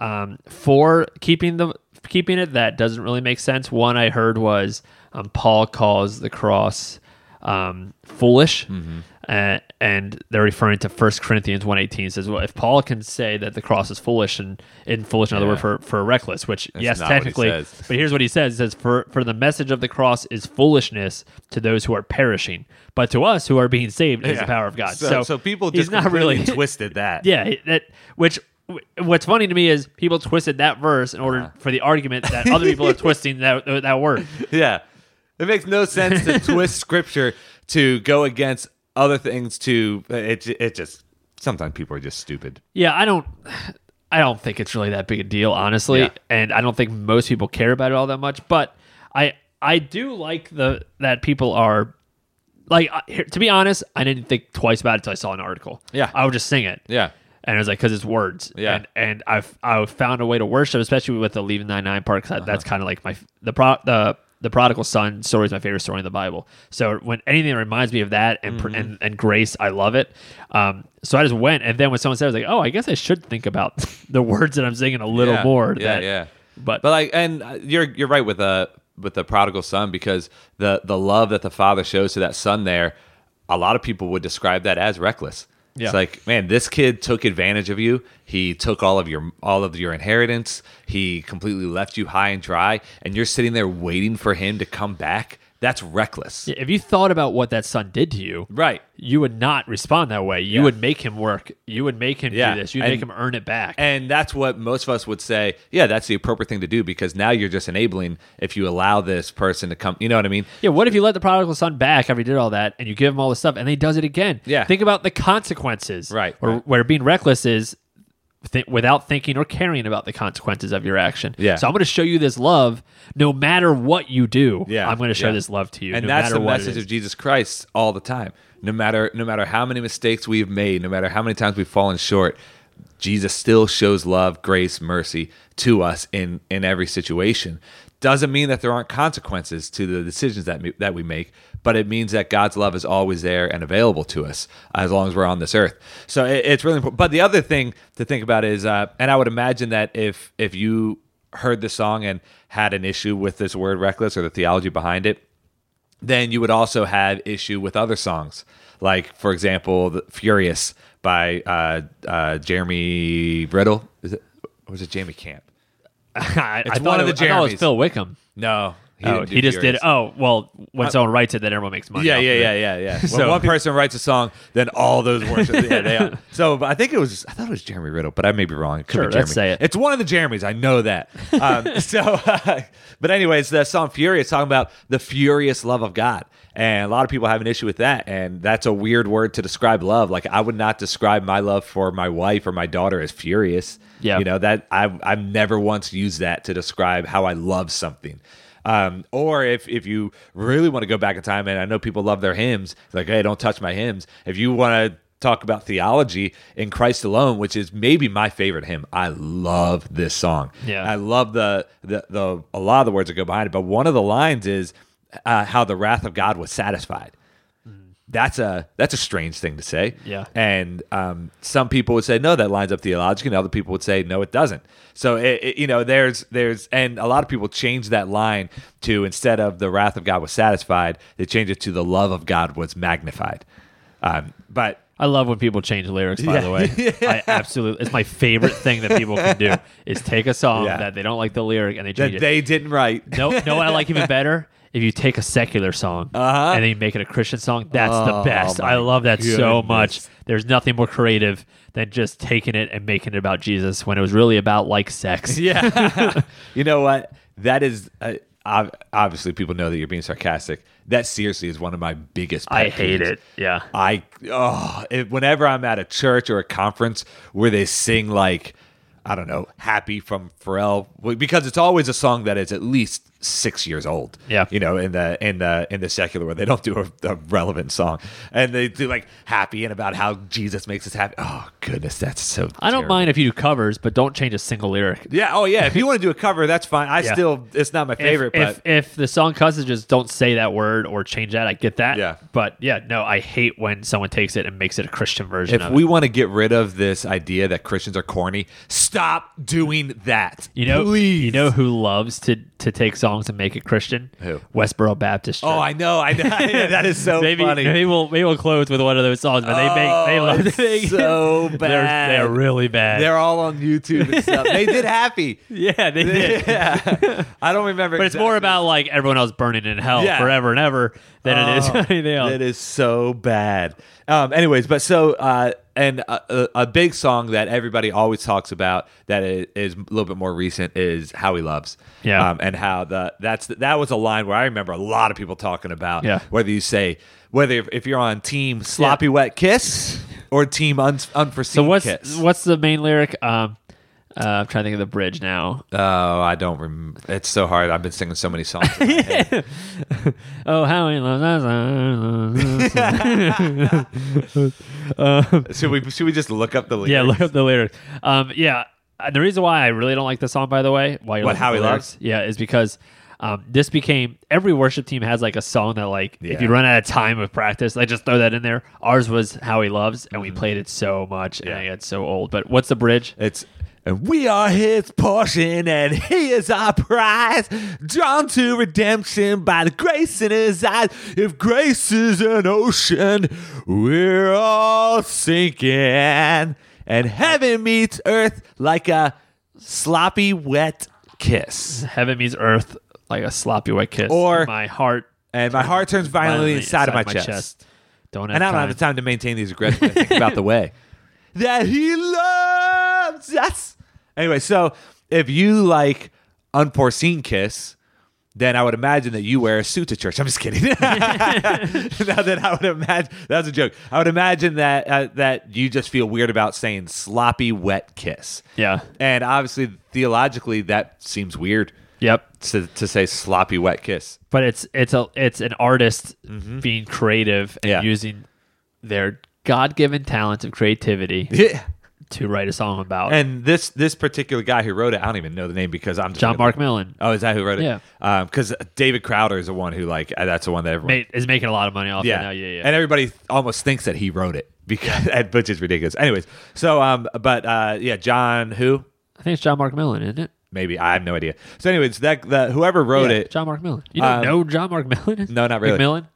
Speaker 3: um, for keeping the keeping it that doesn't really make sense. One I heard was um, Paul calls the cross um, foolish,
Speaker 2: Mm-hmm.
Speaker 3: uh, and they're referring to 1 Corinthians one eighteen says, well, if Paul can say that the cross is foolish and in foolish another word
Speaker 2: Yeah.
Speaker 3: for for reckless, which yes,
Speaker 2: not what he
Speaker 3: technically,
Speaker 2: says.
Speaker 3: but here's what he says: it says for for the message of the cross is foolishness to those who are perishing, but to us who are being saved is the
Speaker 2: Yeah.
Speaker 3: power of God.
Speaker 2: So,
Speaker 3: So,
Speaker 2: so people
Speaker 3: he's
Speaker 2: just
Speaker 3: not really
Speaker 2: twisted that.
Speaker 3: yeah, it- that which wh- what's funny to me is people twisted that verse in
Speaker 2: Uh-huh.
Speaker 3: order for the argument that other people are twisting that that word.
Speaker 2: Yeah. It makes no sense to twist scripture to go against other things to it it just sometimes people are just stupid.
Speaker 3: Yeah, I don't I don't think it's really that big a deal, honestly.
Speaker 2: Yeah.
Speaker 3: And I don't think most people care about it all that much, but I I do like the that people are like I- here- to be honest, I didn't think twice about it until I saw an article.
Speaker 2: Yeah.
Speaker 3: I would just sing it.
Speaker 2: Yeah.
Speaker 3: And it was like, because it's words.
Speaker 2: Yeah.
Speaker 3: And, and I've I've found a way to worship, especially with the leaving nine nine part, because that's
Speaker 2: Uh-huh.
Speaker 3: kind of like my f- the pro the the prodigal son story is my favorite story in the Bible. So when anything that reminds me of that and pr
Speaker 2: Mm-hmm.
Speaker 3: and, and grace, I love it. Um, so I just went, and then when someone said, it, I was like, oh, I guess I should think about the words that I'm singing a little
Speaker 2: Yeah.
Speaker 3: more.
Speaker 2: Yeah,
Speaker 3: that-
Speaker 2: yeah.
Speaker 3: But,
Speaker 2: But like and uh, you're you're right with uh with the prodigal son because the the love that the father shows to that son there, a lot of people would describe that as reckless.
Speaker 3: Yeah.
Speaker 2: It's like, man, this kid took advantage of you. He took all of your all of your inheritance. He completely left you high and dry and you're sitting there waiting for him to come back. That's reckless.
Speaker 3: if you thought about what that son did to you,
Speaker 2: Right.
Speaker 3: you would not respond that way. You
Speaker 2: Yeah.
Speaker 3: would make him work. You would make him
Speaker 2: Yeah.
Speaker 3: do this. You'd
Speaker 2: And-
Speaker 3: make him earn it back.
Speaker 2: And that's what most of us would say, yeah, that's the appropriate thing to do because now you're just enabling if you allow this person to come, you know what I mean?
Speaker 3: Yeah, what if you let the prodigal son back after he did all that and you give him all this stuff and then he does it again?
Speaker 2: Yeah.
Speaker 3: Think about the consequences.
Speaker 2: Right,
Speaker 3: Or
Speaker 2: right.
Speaker 3: where being reckless is th- without thinking or caring about the consequences of your action.
Speaker 2: Yeah.
Speaker 3: So I'm going to show you this love no matter what you do.
Speaker 2: Yeah,
Speaker 3: I'm going to show
Speaker 2: yeah.
Speaker 3: this love to you.
Speaker 2: and
Speaker 3: no
Speaker 2: that's
Speaker 3: matter
Speaker 2: the
Speaker 3: what it
Speaker 2: message
Speaker 3: is.
Speaker 2: of Jesus Christ all the time. No matter no matter how many mistakes we've made, no matter how many times we've fallen short, Jesus still shows love, grace, mercy to us in in every situation. Doesn't mean that there aren't consequences to the decisions that me, that we make, but it means that God's love is always there and available to us as long as we're on this earth. So it, it's really important. But the other thing to think about is, uh, and I would imagine that if if you heard the song and had an issue with this word reckless or the theology behind it, then you would also have issue with other songs like for example the furious by uh, uh, jeremy brittle is it or was it jamie camp
Speaker 3: I, I
Speaker 2: It's
Speaker 3: thought
Speaker 2: one of
Speaker 3: it,
Speaker 2: the
Speaker 3: was- I thought it
Speaker 2: Jeremies.
Speaker 3: was Phil Wickham.
Speaker 2: no
Speaker 3: oh,
Speaker 2: didn't do
Speaker 3: he just
Speaker 2: Furious.
Speaker 3: did. Oh, well, when someone writes it, then everyone makes money.
Speaker 2: yeah,
Speaker 3: off
Speaker 2: yeah,
Speaker 3: of it.
Speaker 2: yeah, yeah, yeah. When
Speaker 3: So-
Speaker 2: one person writes a song, then all those worship. yeah, they are. So but I think it was. I thought it was Jeremy Riddle, but I may be wrong. It could
Speaker 3: Sure,
Speaker 2: be Jeremy.
Speaker 3: let's say it.
Speaker 2: It's one of the Jeremys. I know that. Um, so, but anyways, the song "Furious" talking about the furious love of God, and a lot of people have an issue with that, and that's a weird word to describe love. Like I would not describe my love for my wife or my daughter as furious.
Speaker 3: Yeah.
Speaker 2: you know that I've I've never once used that to describe how I love something. Um, or if if you really want to go back in time, and I know people love their hymns, it's like hey, don't touch my hymns. If you want to talk about theology in Christ alone, which is maybe my favorite hymn, I love this song.
Speaker 3: Yeah.
Speaker 2: I love the the the a lot of the words that go behind it, but one of the lines is uh, how the wrath of God was satisfied that's a that's a strange thing to say.
Speaker 3: Yeah.
Speaker 2: And um, some people would say no, that lines up theologically, and other people would say no, it doesn't. So it, it- you know, there's there's and a lot of people change that line to instead of the wrath of God was satisfied, they change it to the love of God was magnified. Um, but
Speaker 3: I love when people change lyrics. By
Speaker 2: Yeah.
Speaker 3: the way, I absolutely it's my favorite thing that people can do is take a song
Speaker 2: Yeah.
Speaker 3: that they don't like the lyric and they change
Speaker 2: that
Speaker 3: it.
Speaker 2: they didn't write.
Speaker 3: no, no, what I like even better if you take a secular song
Speaker 2: Uh-huh.
Speaker 3: and then you make it a Christian song. That's
Speaker 2: Oh,
Speaker 3: the best.
Speaker 2: my
Speaker 3: I love that so
Speaker 2: goodness.
Speaker 3: much. There's nothing more creative than just taking it and making it about Jesus when it was really about like sex.
Speaker 2: Yeah. you know what? That is uh, ob- obviously people know that you're being sarcastic. That seriously is one of my biggest. Pet
Speaker 3: I hate
Speaker 2: peeves.
Speaker 3: it. Yeah.
Speaker 2: I oh, it, whenever I'm at a church or a conference where they sing like I don't know, "Happy" from Pharrell, w- because it's always a song that is at least six years old.
Speaker 3: Yeah.
Speaker 2: you know, in the in the in the secular world, they don't do a, a relevant song, and they do like "Happy" and about how Jesus makes us happy. Oh goodness, that's so.
Speaker 3: I don't
Speaker 2: terrible.
Speaker 3: mind if you do covers, but don't change a single lyric.
Speaker 2: Yeah. Oh yeah. If you want to do a cover, that's fine. I
Speaker 3: Yeah.
Speaker 2: still, it's not my
Speaker 3: If-
Speaker 2: favorite,
Speaker 3: if,
Speaker 2: but
Speaker 3: if, the song cusses, just don't say that word or change that. I get that.
Speaker 2: Yeah.
Speaker 3: But yeah, no, I hate when someone takes it and makes it a Christian
Speaker 2: if
Speaker 3: version. of
Speaker 2: we
Speaker 3: it.
Speaker 2: want to get rid of this idea that Christians are corny, stop doing that.
Speaker 3: you know,
Speaker 2: please.
Speaker 3: you know who loves to to take songs and make it Christian?
Speaker 2: Who?
Speaker 3: Westboro Baptist. Church.
Speaker 2: Oh, I know. I know. Yeah, that is so
Speaker 3: maybe,
Speaker 2: funny.
Speaker 3: Maybe we'll maybe we'll close with one of those songs, but they make they
Speaker 2: Oh,
Speaker 3: love
Speaker 2: it's
Speaker 3: to make it-
Speaker 2: so bad.
Speaker 3: They're, they're really bad.
Speaker 2: They're all on YouTube and stuff. they did happy.
Speaker 3: yeah, they did.
Speaker 2: Yeah. I don't remember.
Speaker 3: But it's more about like everyone else burning in hell
Speaker 2: Yeah.
Speaker 3: forever and ever than it is anything else.
Speaker 2: It is so bad. Um, anyways, but so uh, and a, a a big song that everybody always talks about that i- is a little bit more recent is "How He Loves."
Speaker 3: Yeah.
Speaker 2: um, and how the that's that was a line where I remember a lot of people talking about.
Speaker 3: Yeah.
Speaker 2: whether you say whether if, if you're on Team Sloppy Wet Kiss or Team un, Unforeseen
Speaker 3: So what's
Speaker 2: Kiss.
Speaker 3: what's the main lyric? Um, uh, I'm trying to think of the bridge now.
Speaker 2: Oh, I don't remember. It's so hard. I've been singing so many songs. in my head.
Speaker 3: Oh, how he loves us.
Speaker 2: should we should we just look up the lyrics?
Speaker 3: yeah, look up the lyrics. Um, yeah, uh, the reason why I really don't like this song, by the way, why you
Speaker 2: What,
Speaker 3: look up
Speaker 2: How
Speaker 3: the
Speaker 2: He
Speaker 3: lyrics, yeah, is because um, this became every worship team has like a song that like if you
Speaker 2: Yeah.
Speaker 3: run out of time of practice, they just throw that in there. Ours was how he loves, and we played it so much, and
Speaker 2: Mm-hmm. Yeah.
Speaker 3: I got so old. But what's the bridge?
Speaker 2: It's and we are his portion and he is our prize, drawn to redemption by the grace in his eyes. If grace is an ocean, we're all sinking, and heaven meets earth like a sloppy wet kiss.
Speaker 3: Heaven meets earth like a sloppy wet kiss,
Speaker 2: Or-
Speaker 3: my heart
Speaker 2: And my heart turns violently inside of my, chest.
Speaker 3: Don't have
Speaker 2: And I don't
Speaker 3: time.
Speaker 2: have the time to maintain these regrets when I think about the way that he loves us. Anyway, so if you like unforeseen kiss, then I would imagine that you wear a suit to church. I'm just kidding. now that I would imagine that was a joke. I would imagine that uh, that you just feel weird about saying sloppy wet kiss.
Speaker 3: Yeah.
Speaker 2: And obviously theologically that seems weird
Speaker 3: Yep.
Speaker 2: to, to say sloppy wet kiss.
Speaker 3: but it's it's a it's an artist being creative and
Speaker 2: Mm-hmm. Yeah.
Speaker 3: using their god-given talents of creativity
Speaker 2: Yeah.
Speaker 3: to write a song about.
Speaker 2: And this this particular guy who wrote it, I don't even know the name because I'm just
Speaker 3: John
Speaker 2: gonna-
Speaker 3: Mark Millen
Speaker 2: Oh, is that who wrote it?
Speaker 3: Yeah.
Speaker 2: Because David Crowder is the one who like uh, that's the one that everyone.
Speaker 3: mate is making a lot of money off
Speaker 2: yeah.
Speaker 3: it now. Yeah, yeah.
Speaker 2: And everybody th- almost thinks that he wrote it because which is ridiculous. Anyways, so um, but uh, yeah, John who
Speaker 3: I think it's John Mark Millen, isn't it?
Speaker 2: maybe I have no idea. So anyways, that the whoever wrote
Speaker 3: Yeah,
Speaker 2: it,
Speaker 3: John Mark Millen. You don't
Speaker 2: Um,
Speaker 3: know John Mark Millen?
Speaker 2: No, not really.
Speaker 3: McMillan?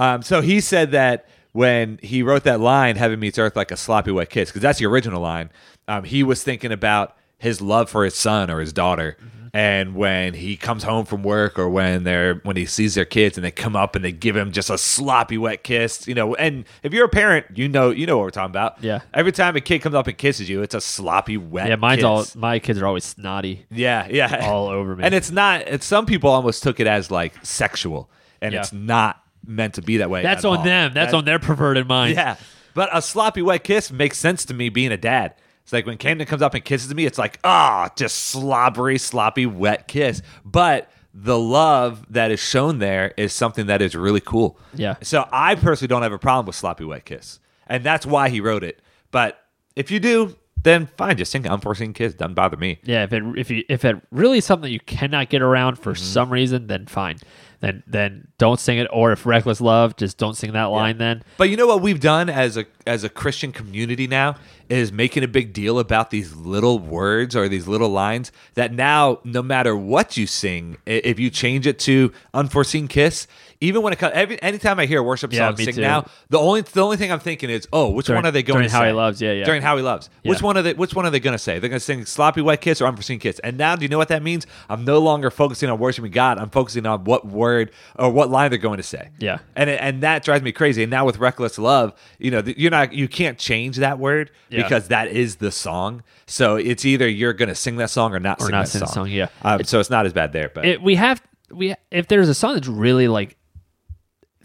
Speaker 2: Um, so he said that when he wrote that line, "Heaven meets Earth like a sloppy wet kiss," because that's the original line. Um, he was thinking about his love for his son or his daughter,
Speaker 3: Mm-hmm.
Speaker 2: and when he comes home from work or when they're when he sees their kids and they come up and they give him just a sloppy wet kiss, you know. And if you're a parent, you know you know what we're talking about.
Speaker 3: Yeah.
Speaker 2: Every time a kid comes up and kisses you, it's a sloppy wet.
Speaker 3: Yeah, mine's
Speaker 2: kiss.
Speaker 3: all. My kids are always snotty.
Speaker 2: Yeah, yeah.
Speaker 3: all over me.
Speaker 2: And it's not. It's, some people almost took it as like sexual, and
Speaker 3: Yeah.
Speaker 2: it's not meant to be that way.
Speaker 3: That's
Speaker 2: at
Speaker 3: on
Speaker 2: all.
Speaker 3: them. That's
Speaker 2: That-
Speaker 3: on their perverted minds.
Speaker 2: Yeah, but a sloppy wet kiss makes sense to me being a dad. It's like when Camden comes up and kisses me, it's like ah, just slobbery, sloppy wet kiss. But the love that is shown there is something that is really cool.
Speaker 3: Yeah.
Speaker 2: So I personally don't have a problem with sloppy wet kiss, and that's why he wrote it. But if you do, then fine, just think unforeseen kiss doesn't bother me.
Speaker 3: Yeah, if it if you if it really is something you cannot get around for
Speaker 2: Mm-hmm.
Speaker 3: some reason, then fine. Then then don't sing it. Or if reckless love, just don't sing that line. Then
Speaker 2: But you know what we've done as a as a Christian community now is making a big deal about these little words or these little lines that now no matter what you sing, i- if you change it to unforeseen kiss, even when it comes every anytime I hear a worship
Speaker 3: Yeah,
Speaker 2: song
Speaker 3: me
Speaker 2: sing
Speaker 3: too.
Speaker 2: now, the only the only thing I'm thinking is, oh, which
Speaker 3: During-
Speaker 2: one are they going
Speaker 3: during
Speaker 2: to
Speaker 3: How
Speaker 2: say?
Speaker 3: He Loves, yeah, yeah.
Speaker 2: During how he loves. Which
Speaker 3: Yeah.
Speaker 2: one are they which one are they gonna say? They're gonna sing sloppy wet kiss or unforeseen kiss. And now do you know what that means? I'm no longer focusing on worshiping God. I'm focusing on what word or what line they're going to say
Speaker 3: Yeah.
Speaker 2: and it- and that drives me crazy. And now with reckless love, you know, th- you're not you can't change that word
Speaker 3: Yeah.
Speaker 2: because that is the song. So it's either you're gonna sing that song or not sing
Speaker 3: not
Speaker 2: that
Speaker 3: sing the
Speaker 2: song.
Speaker 3: song, yeah.
Speaker 2: Um, so it's not as bad there, but
Speaker 3: it, we have we if there's a song that's really like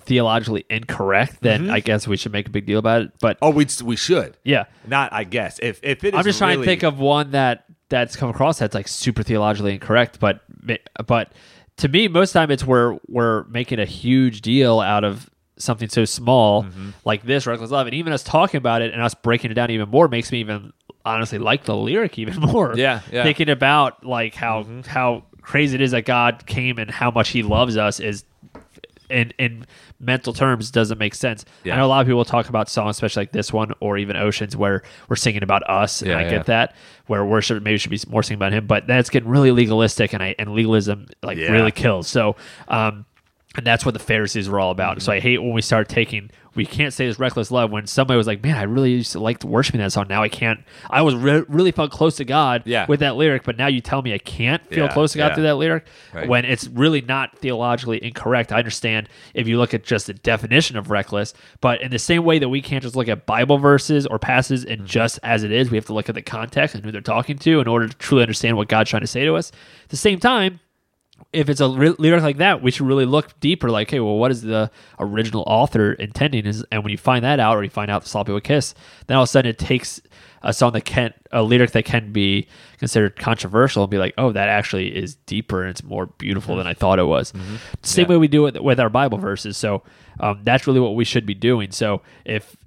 Speaker 3: theologically incorrect, then I guess we should make a big deal about it. But
Speaker 2: oh, we we should.
Speaker 3: yeah,
Speaker 2: Not, I guess. If if it is
Speaker 3: I'm just trying
Speaker 2: really-
Speaker 3: to think of one that that's come across that's like super theologically incorrect, but but to me, most time it's where we're making a huge deal out of something so small
Speaker 2: Mm-hmm.
Speaker 3: like this reckless love, and even us talking about it and us breaking it down even more makes me even honestly like the lyric even more.
Speaker 2: Yeah, yeah. Mm-hmm.
Speaker 3: thinking about like how how crazy it is that God came and how much He loves us is. In, in mental terms doesn't make sense.
Speaker 2: Yeah.
Speaker 3: I know a lot of people talk about songs, especially like this one or even Oceans, where we're singing about us, and
Speaker 2: Yeah,
Speaker 3: I
Speaker 2: yeah.
Speaker 3: get that. Where worship maybe should be more singing about him, but that's getting really legalistic, and I and legalism like
Speaker 2: Yeah.
Speaker 3: really kills. So, um, and that's what the Pharisees were all
Speaker 2: Mm-hmm.
Speaker 3: about. So I hate when we start taking we can't say this reckless love when somebody was like, man, I really used to like worshiping that song. Now I can't. I was re- really felt close to God
Speaker 2: Yeah.
Speaker 3: with that lyric, but now you tell me I can't feel
Speaker 2: Yeah,
Speaker 3: close to God
Speaker 2: yeah.
Speaker 3: through that lyric
Speaker 2: Right.
Speaker 3: when it's really not theologically incorrect. I understand if you look at just the definition of reckless, but in the same way that we can't just look at Bible verses or passages
Speaker 2: Mm-hmm.
Speaker 3: and just as it is, we have to look at the context and who they're talking to in order to truly understand what God's trying to say to us. At the same time, if it's a re- lyric like that, we should really look deeper. Like, hey, well, what is the original author intending? Is and when you find that out, or you find out the sloppy with kiss, then all of a sudden it takes a song that can a lyric that can be considered controversial and be like, oh, that actually is deeper and it's more beautiful than I thought it was.
Speaker 2: Mm-hmm.
Speaker 3: Same way we do it with our Bible verses. So um, that's really what we should be doing. So if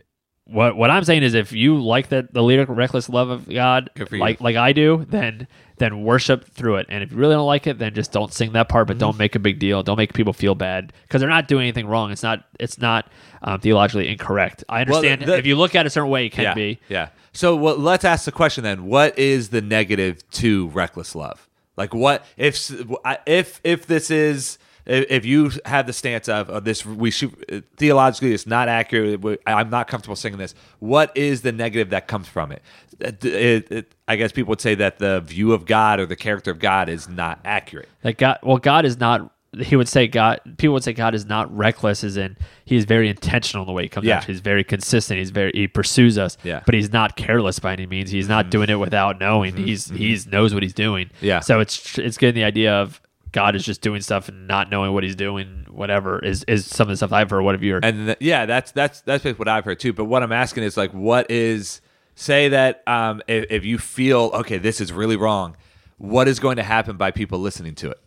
Speaker 3: what what I'm saying is, if you like that the lyric "reckless love of God,"
Speaker 2: Good for you.
Speaker 3: like like I do, then then worship through it. And if you really don't like it, then just don't sing that
Speaker 2: Mm-hmm.
Speaker 3: part, but don't make a big deal. Don't make people feel bad because they're not doing anything wrong. It's not it's not um, theologically incorrect. I
Speaker 2: Well, the-
Speaker 3: understand
Speaker 2: the-
Speaker 3: if you look at it a certain way, it can
Speaker 2: yeah,
Speaker 3: be.
Speaker 2: Yeah. So well, let's ask the question then: What is the negative to reckless love? Like, what if s- I- if if this is if if you have the stance of oh, this, we should theologically it's not accurate. we- I'm not comfortable singing this. What is the negative that comes from it? It- it- it- I guess people would say that the view of God or the character of God is not accurate.
Speaker 3: Like God, well, God is not. He would say God. People would say God is not reckless, as in he is very intentional in the way he comes.
Speaker 2: Yeah.
Speaker 3: Yeah. He's very consistent. He's very he pursues us.
Speaker 2: Yeah. Mm-hmm.
Speaker 3: But he's not careless by any means. He's not doing it without knowing. He's he's knows what he's doing.
Speaker 2: Yeah.
Speaker 3: So it's it's getting the idea of God is just doing stuff and not knowing what he's doing. Whatever is is some of the stuff I've heard. What have you heard?
Speaker 2: And th- yeah, that's that's that's basically what I've heard too. But what I'm asking is like, what is say that um, if, if you feel okay, this is really wrong, what is going to happen by people listening to it?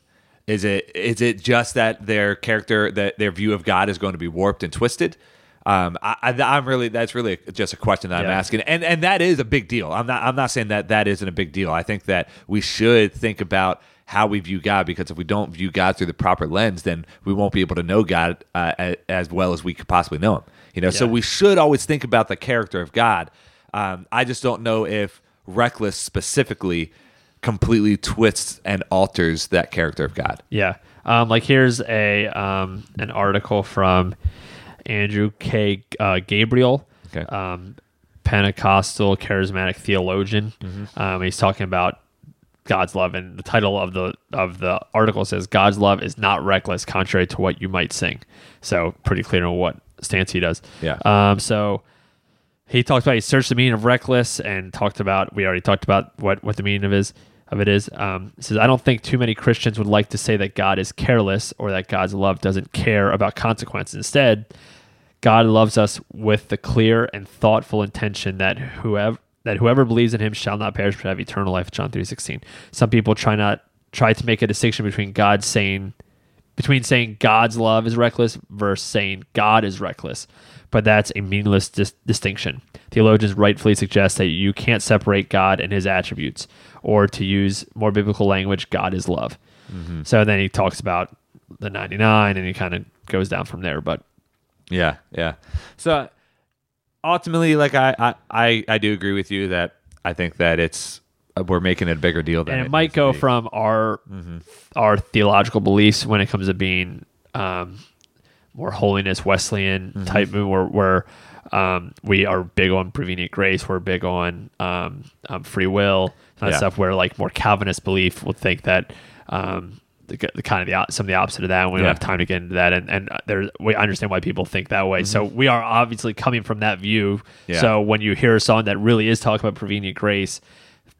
Speaker 2: Is it is it just that their character that their view of God is going to be warped and twisted? Um, I, I, I'm really that's really just a question that I'm
Speaker 3: Yeah.
Speaker 2: asking, and and that is a big deal. I'm not I'm not saying that that isn't a big deal. I think that we should think about how we view God because if we don't view God through the proper lens, then we won't be able to know God uh, a- as well as we could possibly know Him. You know, so
Speaker 3: Yeah.
Speaker 2: we should always think about the character of God. Um, I just don't know if reckless specifically completely twists and alters that character of God.
Speaker 3: Yeah. Um, like here's a um, an article from Andrew K. Uh, Gabriel,
Speaker 2: Okay.
Speaker 3: um, Pentecostal charismatic theologian. Um, he's talking about God's love, and the title of the of the article says God's love is not reckless, contrary to what you might sing. So pretty clear on what stance he does.
Speaker 2: Yeah.
Speaker 3: Um, so he talked about he searched the meaning of reckless and talked about we already talked about what what the meaning of is of it is. Um, he says I don't think too many Christians would like to say that God is careless or that God's love doesn't care about consequences. Instead, God loves us with the clear and thoughtful intention that whoever that whoever believes in him shall not perish but have eternal life. John three sixteen. Some people try not try to make a distinction between God saying between saying God's love is reckless versus saying God is reckless, but that's a meaningless dis- distinction. Theologians rightfully suggest that you can't separate God and his attributes, or to use more biblical language, God is love. So then he talks about the 99 and he kind of goes down from there. But
Speaker 2: Yeah, yeah. So ultimately, like I, I, I, I do agree with you that I think that it's uh, we're making it a bigger deal than
Speaker 3: and it might
Speaker 2: needs to
Speaker 3: go
Speaker 2: be. Mm-hmm.
Speaker 3: from our our theological beliefs when it comes to being um, more holiness Wesleyan
Speaker 2: Mm-hmm.
Speaker 3: type, where where um, we are big on prevenient grace, we're big on um, um, free will, kind
Speaker 2: Yeah.
Speaker 3: of stuff. Where like more Calvinist belief would think that. Um, the, g- the kind of the op- some of the opposite of that, and we
Speaker 2: Yeah.
Speaker 3: don't have time to get into that, and and uh, there we understand why people think that way. So we are obviously coming from that view.
Speaker 2: Mm-hmm. Yeah.
Speaker 3: So when you hear a song that really is talking about prevenient grace,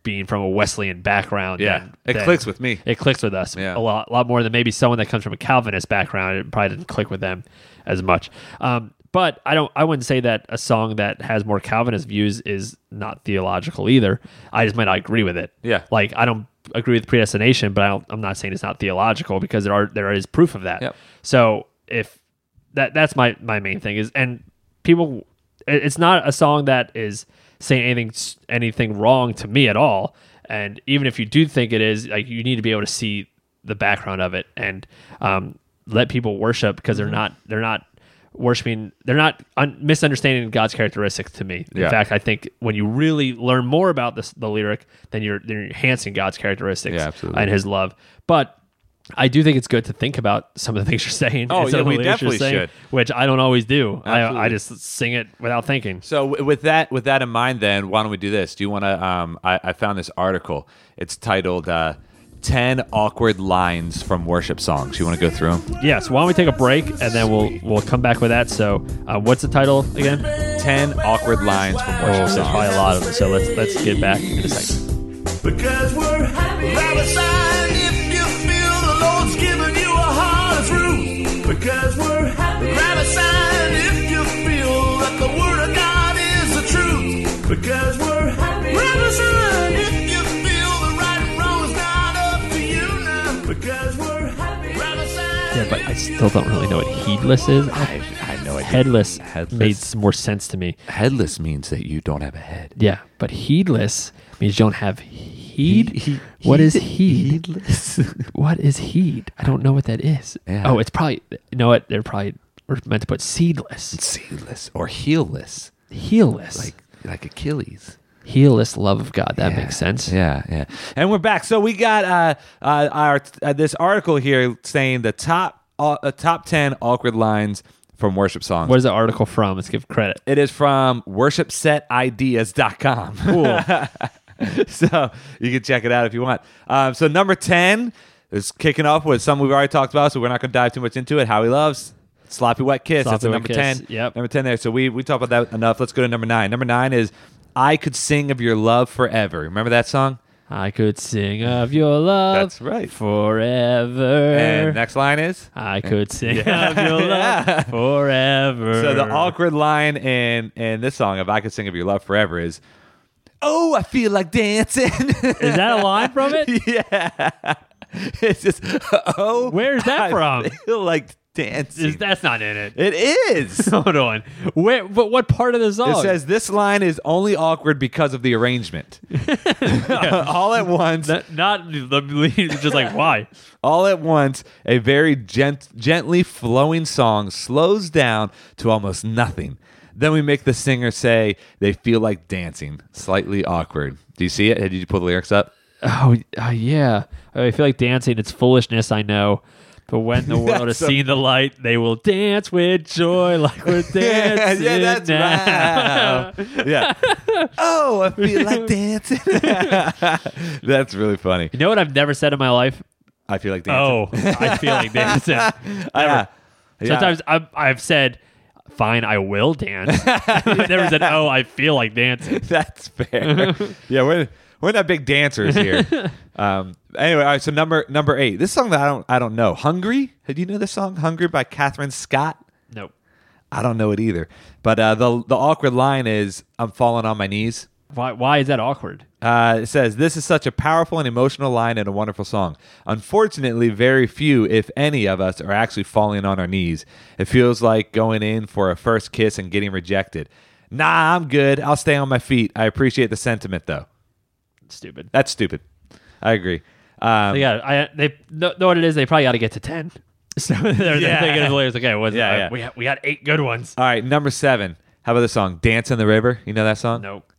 Speaker 3: being from a Wesleyan background,
Speaker 2: Yeah,
Speaker 3: then-
Speaker 2: it
Speaker 3: then
Speaker 2: clicks with me.
Speaker 3: It clicks with us
Speaker 2: Yeah.
Speaker 3: a lot, lot more than maybe someone that comes from a Calvinist background. It probably didn't click with them as much. Um, but I don't. I wouldn't say that a song that has more Calvinist views is not theological either. I just might not agree with it.
Speaker 2: Yeah.
Speaker 3: Like I don't agree with predestination, but I don't, I'm not saying it's not theological because there are there is proof of that.
Speaker 2: Yep.
Speaker 3: So if that that's my my main thing is and people it- it's not a song that is saying anything s- anything wrong to me at all and even if you do think it is like you need to be able to see the background of it and um, let people worship because they're not they're not worshiping they're not un- misunderstanding god's characteristics to me in
Speaker 2: Yeah.
Speaker 3: fact i think when you really learn more about this the lyric then you're, then you're enhancing god's characteristics
Speaker 2: Yeah, absolutely.
Speaker 3: and his love but I do think it's good to think about some of the things you're saying.
Speaker 2: Oh,
Speaker 3: and some
Speaker 2: yeah,
Speaker 3: of
Speaker 2: we
Speaker 3: the lyrics you're
Speaker 2: definitely
Speaker 3: saying,
Speaker 2: should.
Speaker 3: Which I don't always do. I,
Speaker 2: Absolutely.
Speaker 3: I just sing it without thinking.
Speaker 2: So w- with that with that in mind, then why don't we do this? Do you want to? Um, I, I found this article. It's titled uh, 10 awkward lines from worship songs." You want to go through them?
Speaker 3: Yeah, so why don't we take a break and then we'll we'll come back with that. So, uh, what's the title again?
Speaker 2: Ten awkward lines from worship
Speaker 3: Oh, there's
Speaker 2: songs.
Speaker 3: probably a lot of them. So let's let's get back in a second.
Speaker 4: Because we're happy. Grab a sign if you feel the Lord's giving you a heart of fruit. Because we're happy. Grab a sign if you feel that the Word of God is the truth. Because we're happy. Grab a sign if you feel the right and wrong is not up to you now. Because we're happy. Grab a sign.
Speaker 3: Yeah, but I still don't really know what heedless is.
Speaker 2: I, I know it.
Speaker 3: Headless,
Speaker 2: Headless.
Speaker 3: made some more sense to me.
Speaker 2: Headless means that you don't have a head.
Speaker 3: Yeah, but heedless means you don't have heed. what is heed?
Speaker 2: Heedless.
Speaker 3: What is heed? I don't know what that is.
Speaker 2: Yeah.
Speaker 3: Oh, it's probably you know what they're probably we're meant to put seedless.
Speaker 2: Seedless or heelless,
Speaker 3: heelless,
Speaker 2: like like Achilles.
Speaker 3: heelless love of God. That
Speaker 2: Yeah.
Speaker 3: makes sense.
Speaker 2: Yeah, yeah. And we're back. So we got uh, uh, our uh, this article here saying the top uh, uh, top ten awkward lines from worship songs.
Speaker 3: What is the article from? Let's give credit.
Speaker 2: It is from worshipsetideas.com. so you can check it out if you want. Um, so number 10 is kicking off with something we've already talked about, so we're not going to dive too much into it. How he loves sloppy wet kiss.
Speaker 3: Sloppy
Speaker 2: That's a
Speaker 3: Wet
Speaker 2: number
Speaker 3: Kiss,
Speaker 2: 10.
Speaker 3: yep.
Speaker 2: Number 10 there. So we, we talked about that enough. Let's go to number nine. Number nine is I Could Sing of Your Love Forever. Remember that song?
Speaker 3: I could sing of your love.
Speaker 2: That's right.
Speaker 3: Forever.
Speaker 2: And next line is.
Speaker 3: I could sing of your love
Speaker 2: Yeah.
Speaker 3: forever.
Speaker 2: So the awkward line in, in this song of I Could Sing of Your Love Forever is, Oh, I feel like dancing.
Speaker 3: is that a line from it?
Speaker 2: yeah. It's just oh.
Speaker 3: Where's that
Speaker 2: I
Speaker 3: from?
Speaker 2: feel like dancing.
Speaker 3: Is, that's not in it.
Speaker 2: it is.
Speaker 3: Hold on. Where, but what part of the song?
Speaker 2: It says this line is only awkward because of the arrangement. all at once,
Speaker 3: That- not the lead, just like why?
Speaker 2: all at once, a very gent- gently flowing song slows down to almost nothing. Then we make the singer say they feel like dancing, slightly awkward. Do you see it? Did you pull the lyrics up?
Speaker 3: Oh uh, yeah. I feel like dancing. It's foolishness. I know. But when the world has
Speaker 2: That's a-
Speaker 3: seen the light, they will dance with joy like we're dancing.
Speaker 2: yeah, that's
Speaker 3: now.
Speaker 2: right. yeah. Oh, I feel like dancing. that's really funny.
Speaker 3: You know what I've never said in my life?
Speaker 2: I feel like dancing.
Speaker 3: Oh, I feel like dancing. Never.
Speaker 2: Yeah. Yeah.
Speaker 3: Sometimes I've, I've said, fine, I will dance. I've never said, oh, I feel like dancing.
Speaker 2: That's fair. yeah, we're we're not big dancers here. um, anyway, all right. So number number eight. This song that I don't I don't know. Hungry. Do you know this song? Hungry by Catherine Scott.
Speaker 3: Nope.
Speaker 2: I don't know it either. But uh, the the awkward line is I'm falling on my knees.
Speaker 3: Why, why is that awkward?
Speaker 2: Uh, it says, This is such a powerful and emotional line and a wonderful song. Unfortunately, very few, if any, of us are actually falling on our knees. It feels like going in for a first kiss and getting rejected. Nah, I'm good. I'll stay on my feet. I appreciate the sentiment, though.
Speaker 3: Stupid.
Speaker 2: That's stupid. I agree. Um,
Speaker 3: They got. I they know, know what it is. They probably got to get to ten. So they're,
Speaker 2: Yeah.
Speaker 3: they're thinking of the lyrics. Okay, what's
Speaker 2: Yeah,
Speaker 3: uh,
Speaker 2: yeah. Uh,
Speaker 3: we ha- we got eight good ones.
Speaker 2: All right, number seven. How about the song "Dance in the River"? You know that song?
Speaker 3: Nope.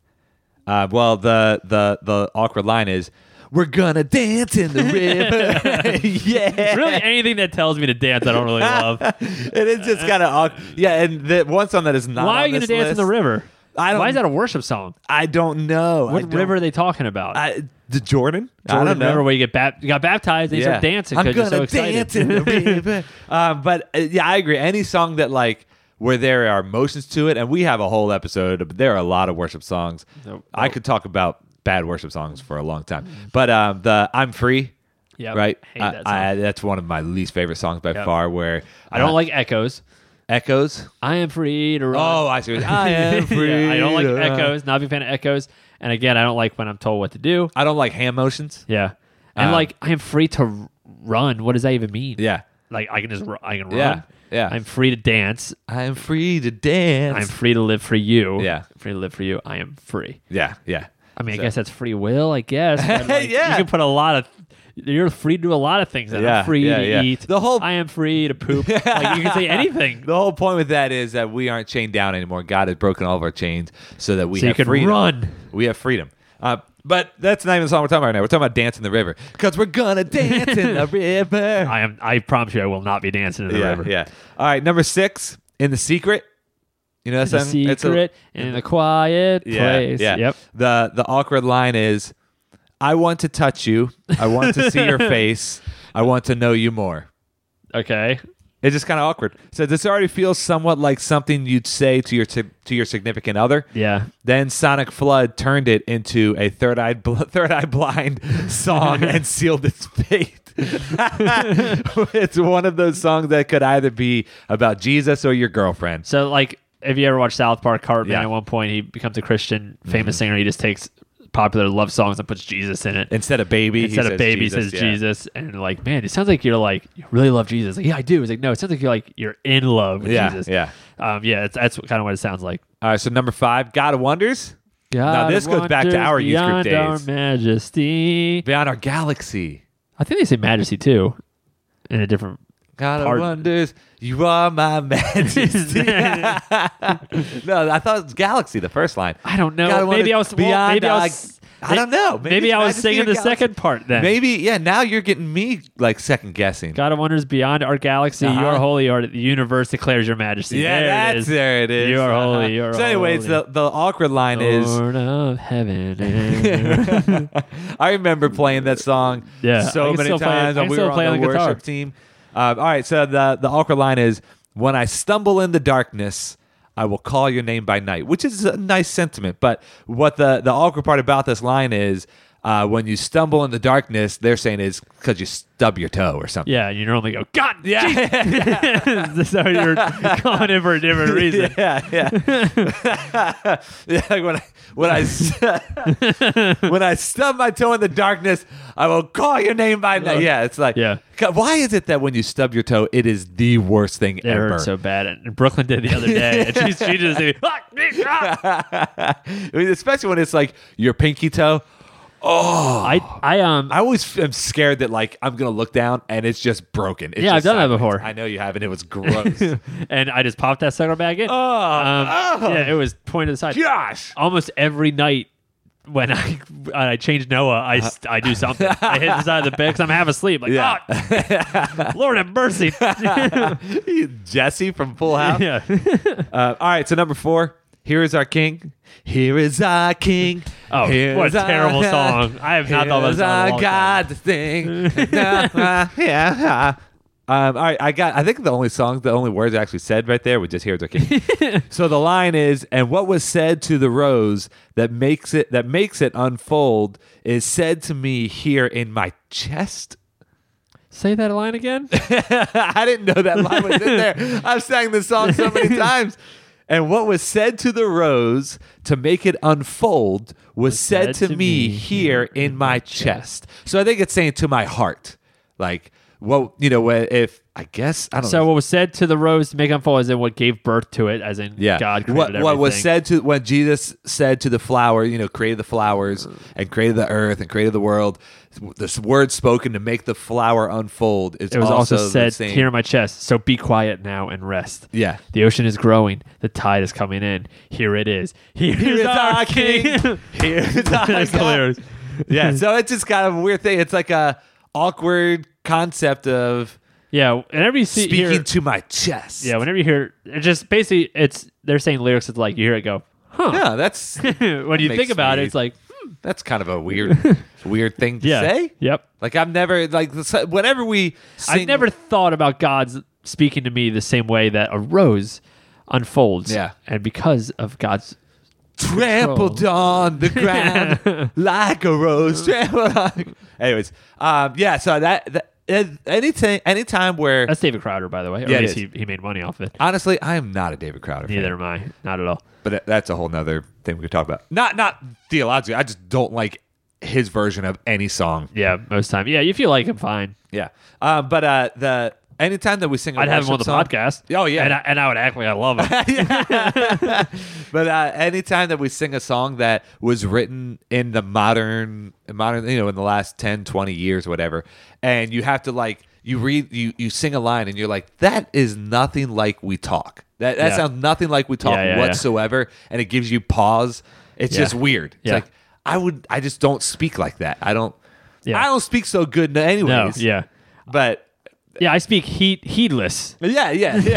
Speaker 2: Uh, well, the the the awkward line is, "We're gonna dance in the river." yeah.
Speaker 3: Really, anything that tells me to dance, I don't really love.
Speaker 2: it is just kind of awkward. Yeah, and the one song that is not.
Speaker 3: Why are you
Speaker 2: going
Speaker 3: gonna
Speaker 2: to
Speaker 3: dance in the river?
Speaker 2: I don't-
Speaker 3: Why is that a worship song?
Speaker 2: I don't know. I
Speaker 3: What
Speaker 2: don't-
Speaker 3: river are they talking about?
Speaker 2: I, the Jordan? I
Speaker 3: Jordan
Speaker 2: don't know.
Speaker 3: River where you get bap- you got baptized and you start dancing
Speaker 2: I'm
Speaker 3: because you're
Speaker 2: gonna
Speaker 3: so excited.
Speaker 2: dance in the river. um, but uh, yeah, I agree. Any song that like where there are emotions to it, and we have a whole episode. But there are a lot of worship songs.
Speaker 3: Nope. Mm-hmm.
Speaker 2: I could talk about bad worship songs for a long time. But um, the "I'm Free,"
Speaker 3: Yep.
Speaker 2: right?
Speaker 3: Hate
Speaker 2: I-
Speaker 3: that song.
Speaker 2: I- that's one of my least favorite songs by
Speaker 3: Yep.
Speaker 2: far. Where
Speaker 3: I don't
Speaker 2: uh,
Speaker 3: like echoes.
Speaker 2: echoes.
Speaker 3: I am free to run.
Speaker 2: Oh, I see. what- I am
Speaker 3: Yeah,
Speaker 2: free.
Speaker 3: I don't like
Speaker 2: to run.
Speaker 3: echoes. Not a big fan of echoes. And again, I don't like when I'm told what to do.
Speaker 2: I don't like hand motions.
Speaker 3: Yeah. And
Speaker 2: Um,
Speaker 3: like, I am free to r- run. What does that even mean?
Speaker 2: Yeah.
Speaker 3: Like, I can just ru- I can run.
Speaker 2: Yeah, yeah.
Speaker 3: I'm free to dance.
Speaker 2: I am free to dance.
Speaker 3: I'm free to live for you.
Speaker 2: Yeah.
Speaker 3: Free to live for you. I am free.
Speaker 2: yeah, yeah.
Speaker 3: I mean,
Speaker 2: So-
Speaker 3: I guess that's free will. I guess. but, like,
Speaker 2: Yeah.
Speaker 3: You can put a lot of. You're free to do a lot of things. That
Speaker 2: Yeah,
Speaker 3: I'm free
Speaker 2: yeah,
Speaker 3: to
Speaker 2: yeah.
Speaker 3: eat.
Speaker 2: The whole-
Speaker 3: I am free to poop. like you can say anything.
Speaker 2: The whole point with that is that we aren't chained down anymore. God has broken all of our chains so that we
Speaker 3: So you
Speaker 2: have
Speaker 3: can
Speaker 2: freedom.
Speaker 3: run.
Speaker 2: We have freedom. Uh, but that's not even the song we're talking about right now. We're talking about dance in the river because we're gonna dance in the river.
Speaker 3: I am. I promise you, I will not be dancing in the
Speaker 2: yeah,
Speaker 3: river.
Speaker 2: yeah. All right, number six in the secret. You know that
Speaker 3: It's a
Speaker 2: song? It's a-
Speaker 3: secret in a quiet
Speaker 2: yeah,
Speaker 3: place.
Speaker 2: yeah.
Speaker 3: Yep.
Speaker 2: The the awkward line is, I want to touch you. I want to see your face. I want to know you more.
Speaker 3: Okay.
Speaker 2: It's just kind of awkward. So this already feels somewhat like something you'd say to your to your significant other.
Speaker 3: Yeah.
Speaker 2: Then Sonic Flood turned it into a third eye bl- third eye blind song and sealed its fate. it's one of those songs that could either be about Jesus or your girlfriend.
Speaker 3: So like, if you ever watch South Park, Cartman
Speaker 2: Yeah. Mm-hmm.
Speaker 3: at one point he becomes a Christian, famous singer. He just takes popular love songs and puts Jesus in it.
Speaker 2: Instead of baby, he
Speaker 3: Instead of
Speaker 2: says
Speaker 3: baby, he says
Speaker 2: yeah.
Speaker 3: Jesus, and like, man, it sounds like you're like you really love Jesus. Like, yeah, I do. It's like, no, it sounds like you're like you're in love with
Speaker 2: Yeah,
Speaker 3: Jesus.
Speaker 2: yeah.
Speaker 3: um, yeah. It's, that's kind of what it sounds like.
Speaker 2: All right, so number five, God of Wonders, Now, this
Speaker 3: God
Speaker 2: goes back to
Speaker 3: wanders
Speaker 2: our youth group
Speaker 3: beyond Our
Speaker 2: days.
Speaker 3: Majesty.
Speaker 2: beyond our galaxy.
Speaker 3: I think they say Majesty too, in a different.
Speaker 2: God of
Speaker 3: Pardon.
Speaker 2: Wonders, you are my majesty. no, I thought it was Galaxy, the first line.
Speaker 3: I don't know.
Speaker 2: God of
Speaker 3: maybe I was
Speaker 2: Wonders,
Speaker 3: well,
Speaker 2: beyond.
Speaker 3: maybe I
Speaker 2: our-
Speaker 3: was.
Speaker 2: I don't know.
Speaker 3: Maybe, I was
Speaker 2: it's
Speaker 3: singing the
Speaker 2: Majesty or Galaxy.
Speaker 3: second part then.
Speaker 2: Maybe yeah. Now you're getting me like second guessing.
Speaker 3: God of wonders beyond our galaxy,
Speaker 2: Uh-huh.
Speaker 3: your holy art, the universe declares your majesty.
Speaker 2: yeah,
Speaker 3: there
Speaker 2: that's
Speaker 3: it is.
Speaker 2: there it is.
Speaker 3: You are
Speaker 2: Uh-huh.
Speaker 3: holy, you are
Speaker 2: so, anyways,
Speaker 3: holy.
Speaker 2: the the awkward line is.
Speaker 3: Lord of heaven. and earth.
Speaker 2: I remember playing that song
Speaker 3: Yeah, I
Speaker 2: so
Speaker 3: can
Speaker 2: many
Speaker 3: still play it-
Speaker 2: times
Speaker 3: I
Speaker 2: when
Speaker 3: can
Speaker 2: we
Speaker 3: still
Speaker 2: were on
Speaker 3: play
Speaker 2: the,
Speaker 3: on the
Speaker 2: worship
Speaker 3: guitar.
Speaker 2: team. Um, all right, so the the awkward line is when I stumble in the darkness. I will call your name by night, which is a nice sentiment. But what the, the awkward part about this line is, uh, when you stumble in the darkness, they're saying is because you stub your toe or something.
Speaker 3: Yeah, you normally go, God, yeah. so you're calling in for a different reason.
Speaker 2: Yeah, yeah. yeah like when I when I s- when I stub my toe in the darkness, I will call your name by name. Yeah, it's like
Speaker 3: Yeah.
Speaker 2: God, Why is it that when you stub your toe, it is the worst thing
Speaker 3: It
Speaker 2: ever?
Speaker 3: hurt so bad. And Brooklyn did the other day. And she, she just did, "Ah, me, ah."
Speaker 2: I mean, especially when it's like your pinky toe. Oh.
Speaker 3: I, I, um,
Speaker 2: I always f- am scared that like I'm gonna look down and it's just broken. It's
Speaker 3: Yeah, I've
Speaker 2: just
Speaker 3: done that
Speaker 2: sideways.
Speaker 3: before.
Speaker 2: I know you have, and it was gross. oh,
Speaker 3: and I just popped that sucker back in. Um, Yeah, it was pointed to the side.
Speaker 2: gosh.
Speaker 3: almost every night when I I change Noah, I, s- I do something. I hit the side of the bed because I'm half asleep. Like,
Speaker 2: Uh-huh. Yeah.
Speaker 3: "Ah, Lord have mercy. yeah.
Speaker 2: Jesse from Full House. Uh, all right, so number four. Here is our king. Here is our king.
Speaker 3: Oh,
Speaker 2: Here
Speaker 3: what a
Speaker 2: is our-
Speaker 3: terrible song. I have not thought about
Speaker 2: Here's
Speaker 3: this song in a
Speaker 2: our
Speaker 3: long
Speaker 2: God thing. yeah. yeah. Um, all right, I got. I think the only songs, the only words actually said right there were just "Here's our king." so the line is, "And what was said to the rose that makes it that makes it unfold is said to me here in my chest."
Speaker 3: Say that line again.
Speaker 2: I didn't know that line was in there. I've sang this song so many times. And what was said to the rose to make it unfold was, said, to, me here in my chest. So I think it's saying to my heart. Like, well, you know, when- if I guess, I don't
Speaker 3: so
Speaker 2: know.
Speaker 3: what was said to the rose to make unfold is in what gave birth to it, as in
Speaker 2: Yeah.
Speaker 3: God created
Speaker 2: what,
Speaker 3: everything.
Speaker 2: what was said to when Jesus said to the flower, you know, created the flowers and created the earth and created the world, this word spoken to make the flower unfold is
Speaker 3: It was also,
Speaker 2: the
Speaker 3: said
Speaker 2: same.
Speaker 3: here in my chest. So be quiet now and rest.
Speaker 2: Yeah.
Speaker 3: The ocean is growing. The tide is coming in. Here it is. Here,
Speaker 2: Here is our king. Here is our
Speaker 3: That's
Speaker 2: God.
Speaker 3: hilarious. Hmm.
Speaker 2: Yeah, so it's just kind of a weird thing. It's like a awkward concept of
Speaker 3: Yeah. Whenever you see
Speaker 2: speaking
Speaker 3: here,
Speaker 2: to my chest.
Speaker 3: yeah. Whenever you hear, it just basically, it's they're saying lyrics. It's like you hear it go, huh?
Speaker 2: yeah, that's
Speaker 3: when you
Speaker 2: Makes
Speaker 3: think about
Speaker 2: me-
Speaker 3: it, it's like, hmm.
Speaker 2: that's kind of a weird, weird thing to
Speaker 3: yeah.
Speaker 2: say.
Speaker 3: Yep.
Speaker 2: Like I've never like the- whenever we sing,
Speaker 3: I've never thought about God's speaking to me the same way that a rose unfolds.
Speaker 2: Yeah.
Speaker 3: And because of God's
Speaker 2: trampled on the ground like a rose. Trampled on. Anyways, um, yeah. So that, that it- anything, anytime where
Speaker 3: that's David Crowder, by the way. Or
Speaker 2: Yeah,
Speaker 3: at
Speaker 2: it
Speaker 3: least he,
Speaker 2: is.
Speaker 3: he made money off it.
Speaker 2: honestly, I am not a David Crowder. fan.
Speaker 3: Neither am I. Not at all.
Speaker 2: But that- that's a whole nother thing we could talk about. Not not theologically. I just don't like his version of any song.
Speaker 3: Yeah, most time. Yeah, if you like him, fine.
Speaker 2: Yeah. Um, but uh, the anytime that we sing, i
Speaker 3: I'd have him on the
Speaker 2: song,
Speaker 3: podcast.
Speaker 2: Oh, yeah.
Speaker 3: and I, and I would act like I love him.
Speaker 2: But uh, anytime that we sing a song that was written in the modern modern, you know, in the last 10, 20 years, whatever, and you have to like you read you you sing a line and you're like, that is nothing like we talk. That that
Speaker 3: Yeah.
Speaker 2: sounds nothing like we talk
Speaker 3: Yeah, yeah, yeah.
Speaker 2: whatsoever, and it gives you pause. It's
Speaker 3: Yeah.
Speaker 2: just weird. It's
Speaker 3: Yeah.
Speaker 2: like I would I just don't speak like that. I don't
Speaker 3: Yeah.
Speaker 2: I don't speak so good
Speaker 3: no,
Speaker 2: anyways.
Speaker 3: yeah,
Speaker 2: But
Speaker 3: yeah. I speak heat heedless.
Speaker 2: yeah, yeah, yeah.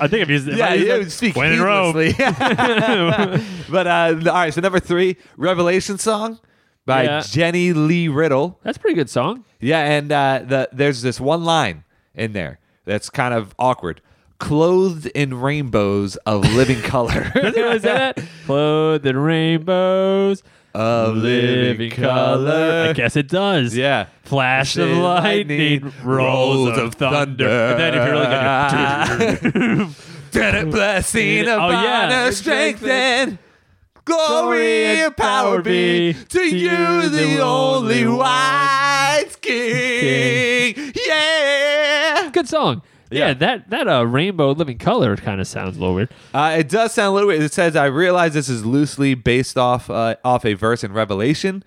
Speaker 3: I think if he's
Speaker 2: Yeah, yeah, it would speak
Speaker 3: when in Rome.
Speaker 2: heedlessly. but uh, all right, so number three, Revelation song by
Speaker 3: Yeah.
Speaker 2: Jenny Lee Riddle.
Speaker 3: That's a pretty good song.
Speaker 2: Yeah, and uh, the there's this one line in there that's kind of awkward. Clothed in rainbows of living color.
Speaker 3: Does it really say that? Clothed in rainbows
Speaker 2: of living color.
Speaker 3: I guess it does.
Speaker 2: Yeah.
Speaker 3: Flash of
Speaker 2: Lightning,
Speaker 3: lightning, rolls, of thunder. And then if you're like,
Speaker 2: Did blessing upon
Speaker 3: yeah.
Speaker 2: us strengthen. Glory and power be to you, the only wise King. Yeah.
Speaker 3: good song. Yeah,
Speaker 2: Yeah.
Speaker 3: that that uh, rainbow living color kind of sounds a little weird.
Speaker 2: Uh, it does sound a little weird. It says, "I realize this is loosely based off uh, off a verse in Revelation,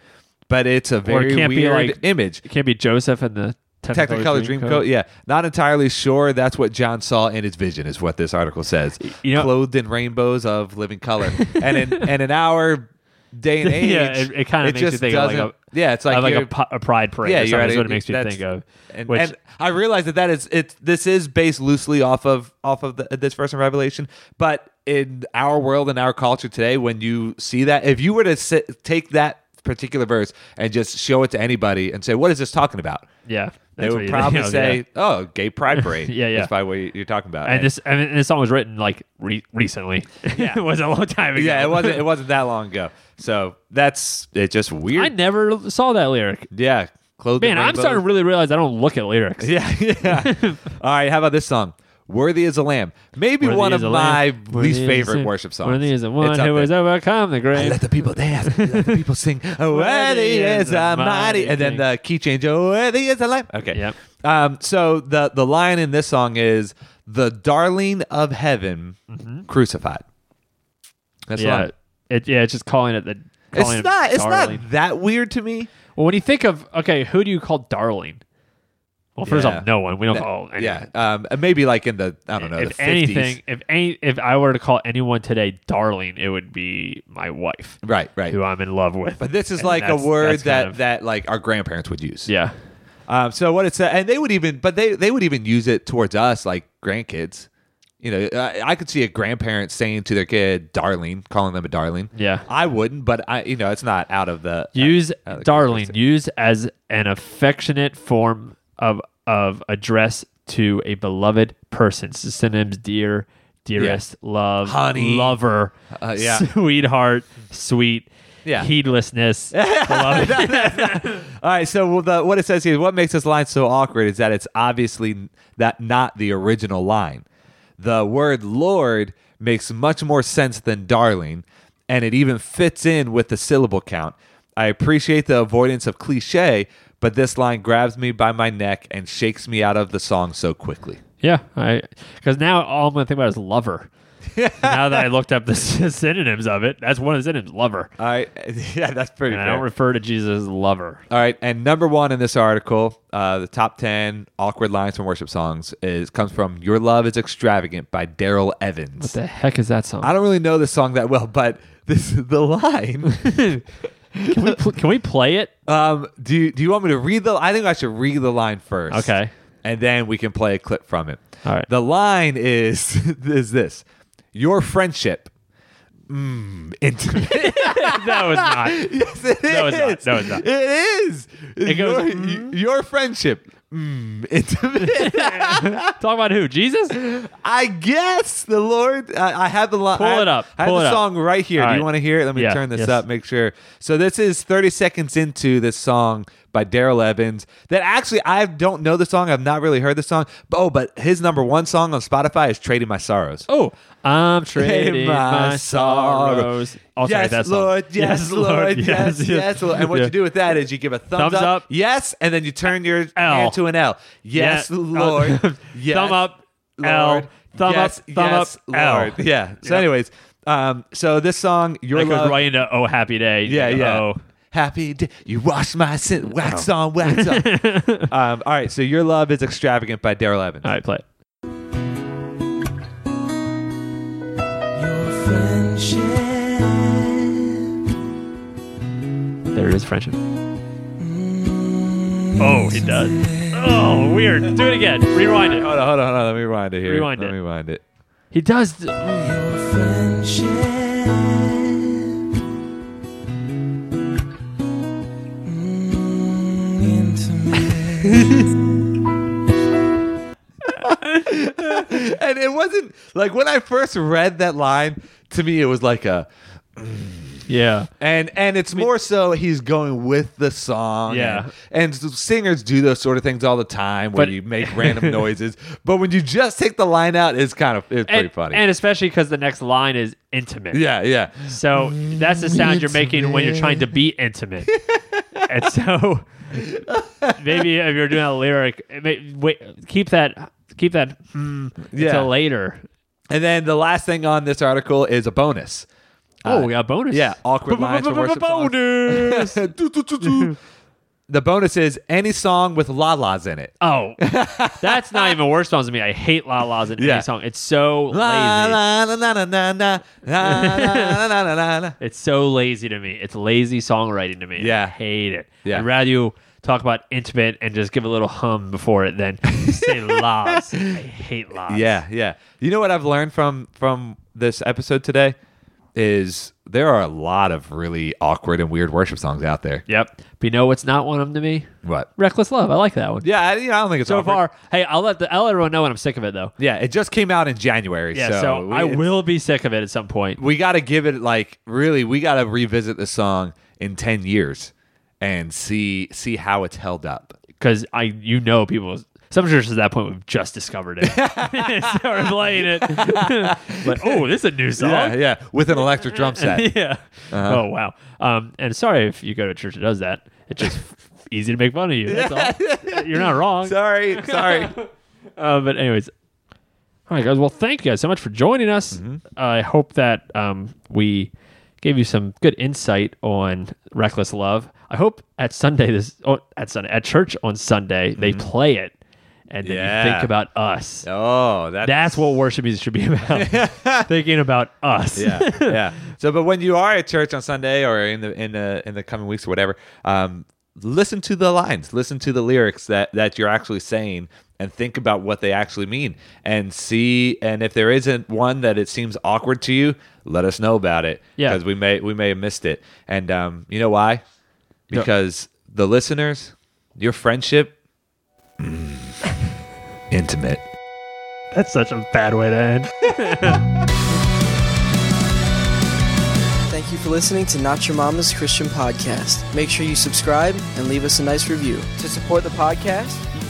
Speaker 2: but it's a very weird
Speaker 3: can't be like-
Speaker 2: image."
Speaker 3: It can't be Joseph and the
Speaker 2: Technicolor Dreamcoat, yeah, not entirely sure. That's what John saw in his vision, is what this article says.
Speaker 3: you know-
Speaker 2: clothed in rainbows of living color, and in and in our day and age,
Speaker 3: Yeah, it- it kinda makes you
Speaker 2: just
Speaker 3: think of like
Speaker 2: doesn't-
Speaker 3: a-
Speaker 2: yeah, it's like,
Speaker 3: Like,
Speaker 2: you're-
Speaker 3: a, pu- a pride parade.
Speaker 2: yeah,
Speaker 3: or
Speaker 2: you're
Speaker 3: something
Speaker 2: at
Speaker 3: is
Speaker 2: a-
Speaker 3: what it makes me
Speaker 2: that's-
Speaker 3: think of.
Speaker 2: And,
Speaker 3: which-
Speaker 2: and I realize that that is it. This is based loosely off of off of the, this verse in Revelation, but in our world and our culture today, when you see that, if you were to sit, take that particular verse and just show it to anybody and say, "What is this talking about?"
Speaker 3: yeah,
Speaker 2: They
Speaker 3: That's what
Speaker 2: would
Speaker 3: you-
Speaker 2: probably
Speaker 3: you know,
Speaker 2: say,
Speaker 3: yeah.
Speaker 2: "Oh, gay pride parade."
Speaker 3: Yeah, yeah.
Speaker 2: That's probably what you're talking about.
Speaker 3: And this I mean, this song was written like re- recently.
Speaker 2: Yeah.
Speaker 3: it was a long time ago.
Speaker 2: yeah, it wasn't it wasn't that long ago. So that's it's just weird.
Speaker 3: I never saw that lyric.
Speaker 2: yeah, clothing.
Speaker 3: Man, I'm starting to really realize I don't look at lyrics.
Speaker 2: Yeah, yeah. All right, how about this song? Worthy as a Lamb. Maybe
Speaker 3: Worthy
Speaker 2: one of
Speaker 3: is the
Speaker 2: my
Speaker 3: Lamb, worthy
Speaker 2: least
Speaker 3: is
Speaker 2: favorite
Speaker 3: the-
Speaker 2: worship songs.
Speaker 3: Worthy is the one
Speaker 2: It's up
Speaker 3: who
Speaker 2: there.
Speaker 3: has overcome the grave.
Speaker 2: Let the people dance. Let the people sing. "Oh, Worthy is a mighty. And then the key change. "Oh, Worthy is a lamb. Okay.
Speaker 3: Yep.
Speaker 2: Um, so the, the line in this song is the darling of heaven crucified. That's
Speaker 3: Mm-hmm. yeah,
Speaker 2: right.
Speaker 3: it, yeah, it's just calling it the. Calling
Speaker 2: It's
Speaker 3: it
Speaker 2: not. It's
Speaker 3: darling.
Speaker 2: not that weird to me.
Speaker 3: Well, when you think of okay, who do you call darling? Well, first
Speaker 2: Yeah.
Speaker 3: off, no one. We don't call. Anyone.
Speaker 2: Yeah. Um, and maybe like in the I don't know.
Speaker 3: If
Speaker 2: the 50s.
Speaker 3: anything, if any, if I were to call anyone today darling, it would be my wife,
Speaker 2: Right. Right.
Speaker 3: who I'm in love with.
Speaker 2: But this is
Speaker 3: And
Speaker 2: like a
Speaker 3: that's-
Speaker 2: word
Speaker 3: that's
Speaker 2: that
Speaker 3: kind of-
Speaker 2: that like our grandparents would use.
Speaker 3: yeah,
Speaker 2: Um, so what it's and they would even but they they would even use it towards us like grandkids. You know, I, I could see a grandparent saying to their kid "darling," calling them a darling.
Speaker 3: Yeah.
Speaker 2: I wouldn't, but I you know it's not out of the
Speaker 3: use
Speaker 2: I like
Speaker 3: darling
Speaker 2: that.
Speaker 3: use as an affectionate form of of address to a beloved person So synonyms dear dearest love
Speaker 2: Honey.
Speaker 3: lover
Speaker 2: Uh, yeah.
Speaker 3: sweetheart sweet
Speaker 2: Yeah.
Speaker 3: heedlessness beloved
Speaker 2: All right, so well, the, what it says here, what makes this line so awkward is that it's obviously n- that not the original line. The word Lord makes much more sense than darling, and it even fits in with the syllable count. I appreciate the avoidance of cliche, but this line grabs me by my neck and shakes me out of the song so quickly.
Speaker 3: yeah i because now all i'm gonna think about is lover now that i looked up the s- synonyms of it that's one of the synonyms lover
Speaker 2: All right, yeah, that's pretty.
Speaker 3: and i
Speaker 2: fair.
Speaker 3: don't refer to jesus as lover
Speaker 2: All right, and number one in this article, uh, the top ten awkward lines from worship songs is comes from "Your Love Is Extravagant" by Daryl Evans.
Speaker 3: what the heck is that song
Speaker 2: I don't really know this song that well, but this is the line.
Speaker 3: can we, pl- can we play it
Speaker 2: um, do you, do you want me to read the? I think I should read the line first.
Speaker 3: Okay.
Speaker 2: and then we can play a clip from it.
Speaker 3: All right.
Speaker 2: The line is is this: Your friendship. Mm, intimate.
Speaker 3: that was not
Speaker 2: yes, it
Speaker 3: No, it's not.
Speaker 2: is.
Speaker 3: No, it's not.
Speaker 2: It is. It
Speaker 3: goes, mm-hmm.
Speaker 2: your, your friendship. Mm, intimate.
Speaker 3: Talk about who? Jesus?
Speaker 2: I guess the Lord. I, I have the line.
Speaker 3: Pull
Speaker 2: I,
Speaker 3: it up.
Speaker 2: I have
Speaker 3: Pull
Speaker 2: the
Speaker 3: it up.
Speaker 2: song right here.
Speaker 3: All
Speaker 2: Do you
Speaker 3: right.
Speaker 2: want to hear it? Let me
Speaker 3: Yeah.
Speaker 2: turn this
Speaker 3: Yes.
Speaker 2: up. Make sure. So this is 30 seconds into this song by Daryl Evans. That actually I don't know the song. I've not really heard the song. But- Oh, but his number one song on Spotify is "Trading My Sorrows."
Speaker 3: Oh, I'm
Speaker 2: Trading
Speaker 3: trading my, sorrows. Oh, sorry,
Speaker 2: yes,
Speaker 3: that song.
Speaker 2: Lord. Yes, Lord. Yes, yes, Lord. And what
Speaker 3: Yeah.
Speaker 2: you do with that is you give a thumbs,
Speaker 3: Thumbs up.
Speaker 2: yes, and then you turn your
Speaker 3: L.
Speaker 2: hand to an L. Yes,
Speaker 3: Yeah. Uh,
Speaker 2: Lord. yes,
Speaker 3: thumb up, L.
Speaker 2: Lord.
Speaker 3: Thumb
Speaker 2: Yes,
Speaker 3: up, thumb
Speaker 2: yes,
Speaker 3: up, L.
Speaker 2: Lord. Yeah. So,
Speaker 3: Yeah.
Speaker 2: anyways, um, so this song, your
Speaker 3: That goes
Speaker 2: love,
Speaker 3: right into Oh Happy Day.
Speaker 2: yeah, yeah.
Speaker 3: Oh.
Speaker 2: Happy day, you wash my sin. Wax on, wax on. um, all right, so your love is extravagant by Daryl Evans.
Speaker 3: All right, play it.
Speaker 4: Your friendship.
Speaker 3: There it is, friendship. Oh, he does. Oh, weird. Do it again. Rewind it.
Speaker 2: Hold on, hold on, hold on. Let me rewind it here.
Speaker 3: Rewind
Speaker 2: Let
Speaker 3: it.
Speaker 2: me rewind it.
Speaker 3: He does. th-
Speaker 2: And it wasn't like when I first read that line to me, it was like a
Speaker 3: Yeah.
Speaker 2: and and it's more so he's going with the song.
Speaker 3: Yeah.
Speaker 2: and, and singers do those sort of things all the time where
Speaker 3: But-
Speaker 2: you make random noises. But when you just take the line out, it's kind of it's pretty
Speaker 3: And,
Speaker 2: funny.
Speaker 3: and especially because the next line is intimate.
Speaker 2: yeah, yeah.
Speaker 3: So that's the sound you're making when you're trying to be intimate. and so maybe if you're doing a lyric, it may, wait, keep that keep that hmm
Speaker 2: Yeah.
Speaker 3: until later.
Speaker 2: And then the last thing on this article is a bonus.
Speaker 3: Oh, we got a bonus.
Speaker 2: Yeah, awkward lines from worship songs.
Speaker 3: Bonus.
Speaker 2: the bonus is any song with la la's in it.
Speaker 3: Oh, that's not even worse songs to me. I hate La La's in
Speaker 2: Yeah.
Speaker 3: any song. It's so
Speaker 2: La
Speaker 3: lazy.
Speaker 2: la la la la la la la la la la la la.
Speaker 3: It's so lazy to me. It's lazy songwriting to me.
Speaker 2: Yeah.
Speaker 3: I hate it.
Speaker 2: Yeah.
Speaker 3: I'd rather you talk about intimate and just give a little hum before it than say La's. I hate La's.
Speaker 2: Yeah, yeah. You know what I've learned from from this episode today? is there are a lot of really awkward and weird worship songs out there.
Speaker 3: Yep. But you know what's not one of them to me?
Speaker 2: What?
Speaker 3: Reckless Love. I like that one.
Speaker 2: Yeah, I, you know, I don't think it's
Speaker 3: So
Speaker 2: awkward.
Speaker 3: far, hey, I'll let the, I'll let everyone know when I'm sick of it though.
Speaker 2: Yeah, it just came out in January.
Speaker 3: Yeah.
Speaker 2: so,
Speaker 3: So,
Speaker 2: we-
Speaker 3: I
Speaker 2: it's-
Speaker 3: will be sick of it at some point.
Speaker 2: We got to give it like really. We got to revisit the song in ten years and see see how it's held up.
Speaker 3: because I you know people some churches at that point we've just discovered it started playing it like oh this is a new song
Speaker 2: Yeah, yeah, with an electric drum set.
Speaker 3: Yeah. oh wow um and sorry if you go to a church that does that it's just easy to make fun of you that's all you're not wrong
Speaker 2: sorry, sorry.
Speaker 3: uh, but anyways all right guys well thank you guys so much for joining us
Speaker 2: Mm-hmm.
Speaker 3: I hope that um we gave you some good insight on reckless love I hope at Sunday this oh, at Sunday at church on Sunday they play it and then you think
Speaker 2: Mm-hmm. Yeah.
Speaker 3: about us
Speaker 2: Oh, that's,
Speaker 3: That's what worship music should be about. Thinking about us.
Speaker 2: yeah, yeah. So, but when you are at church on Sunday or in the in the in the coming weeks or whatever, um, listen to the lines, listen to the lyrics that that you're actually saying, and think about what they actually mean, and see. And if there isn't one that it seems awkward to you, let us know about it.
Speaker 3: Yeah.
Speaker 2: because we may we may have missed it. And um, you know why? Because the listeners, your friendship, mm, intimate.
Speaker 3: That's such a bad way to end.
Speaker 5: Thank you for listening to Not Your Mama's Christian Podcast. Make sure you subscribe and leave us a nice review. To support the podcast, you can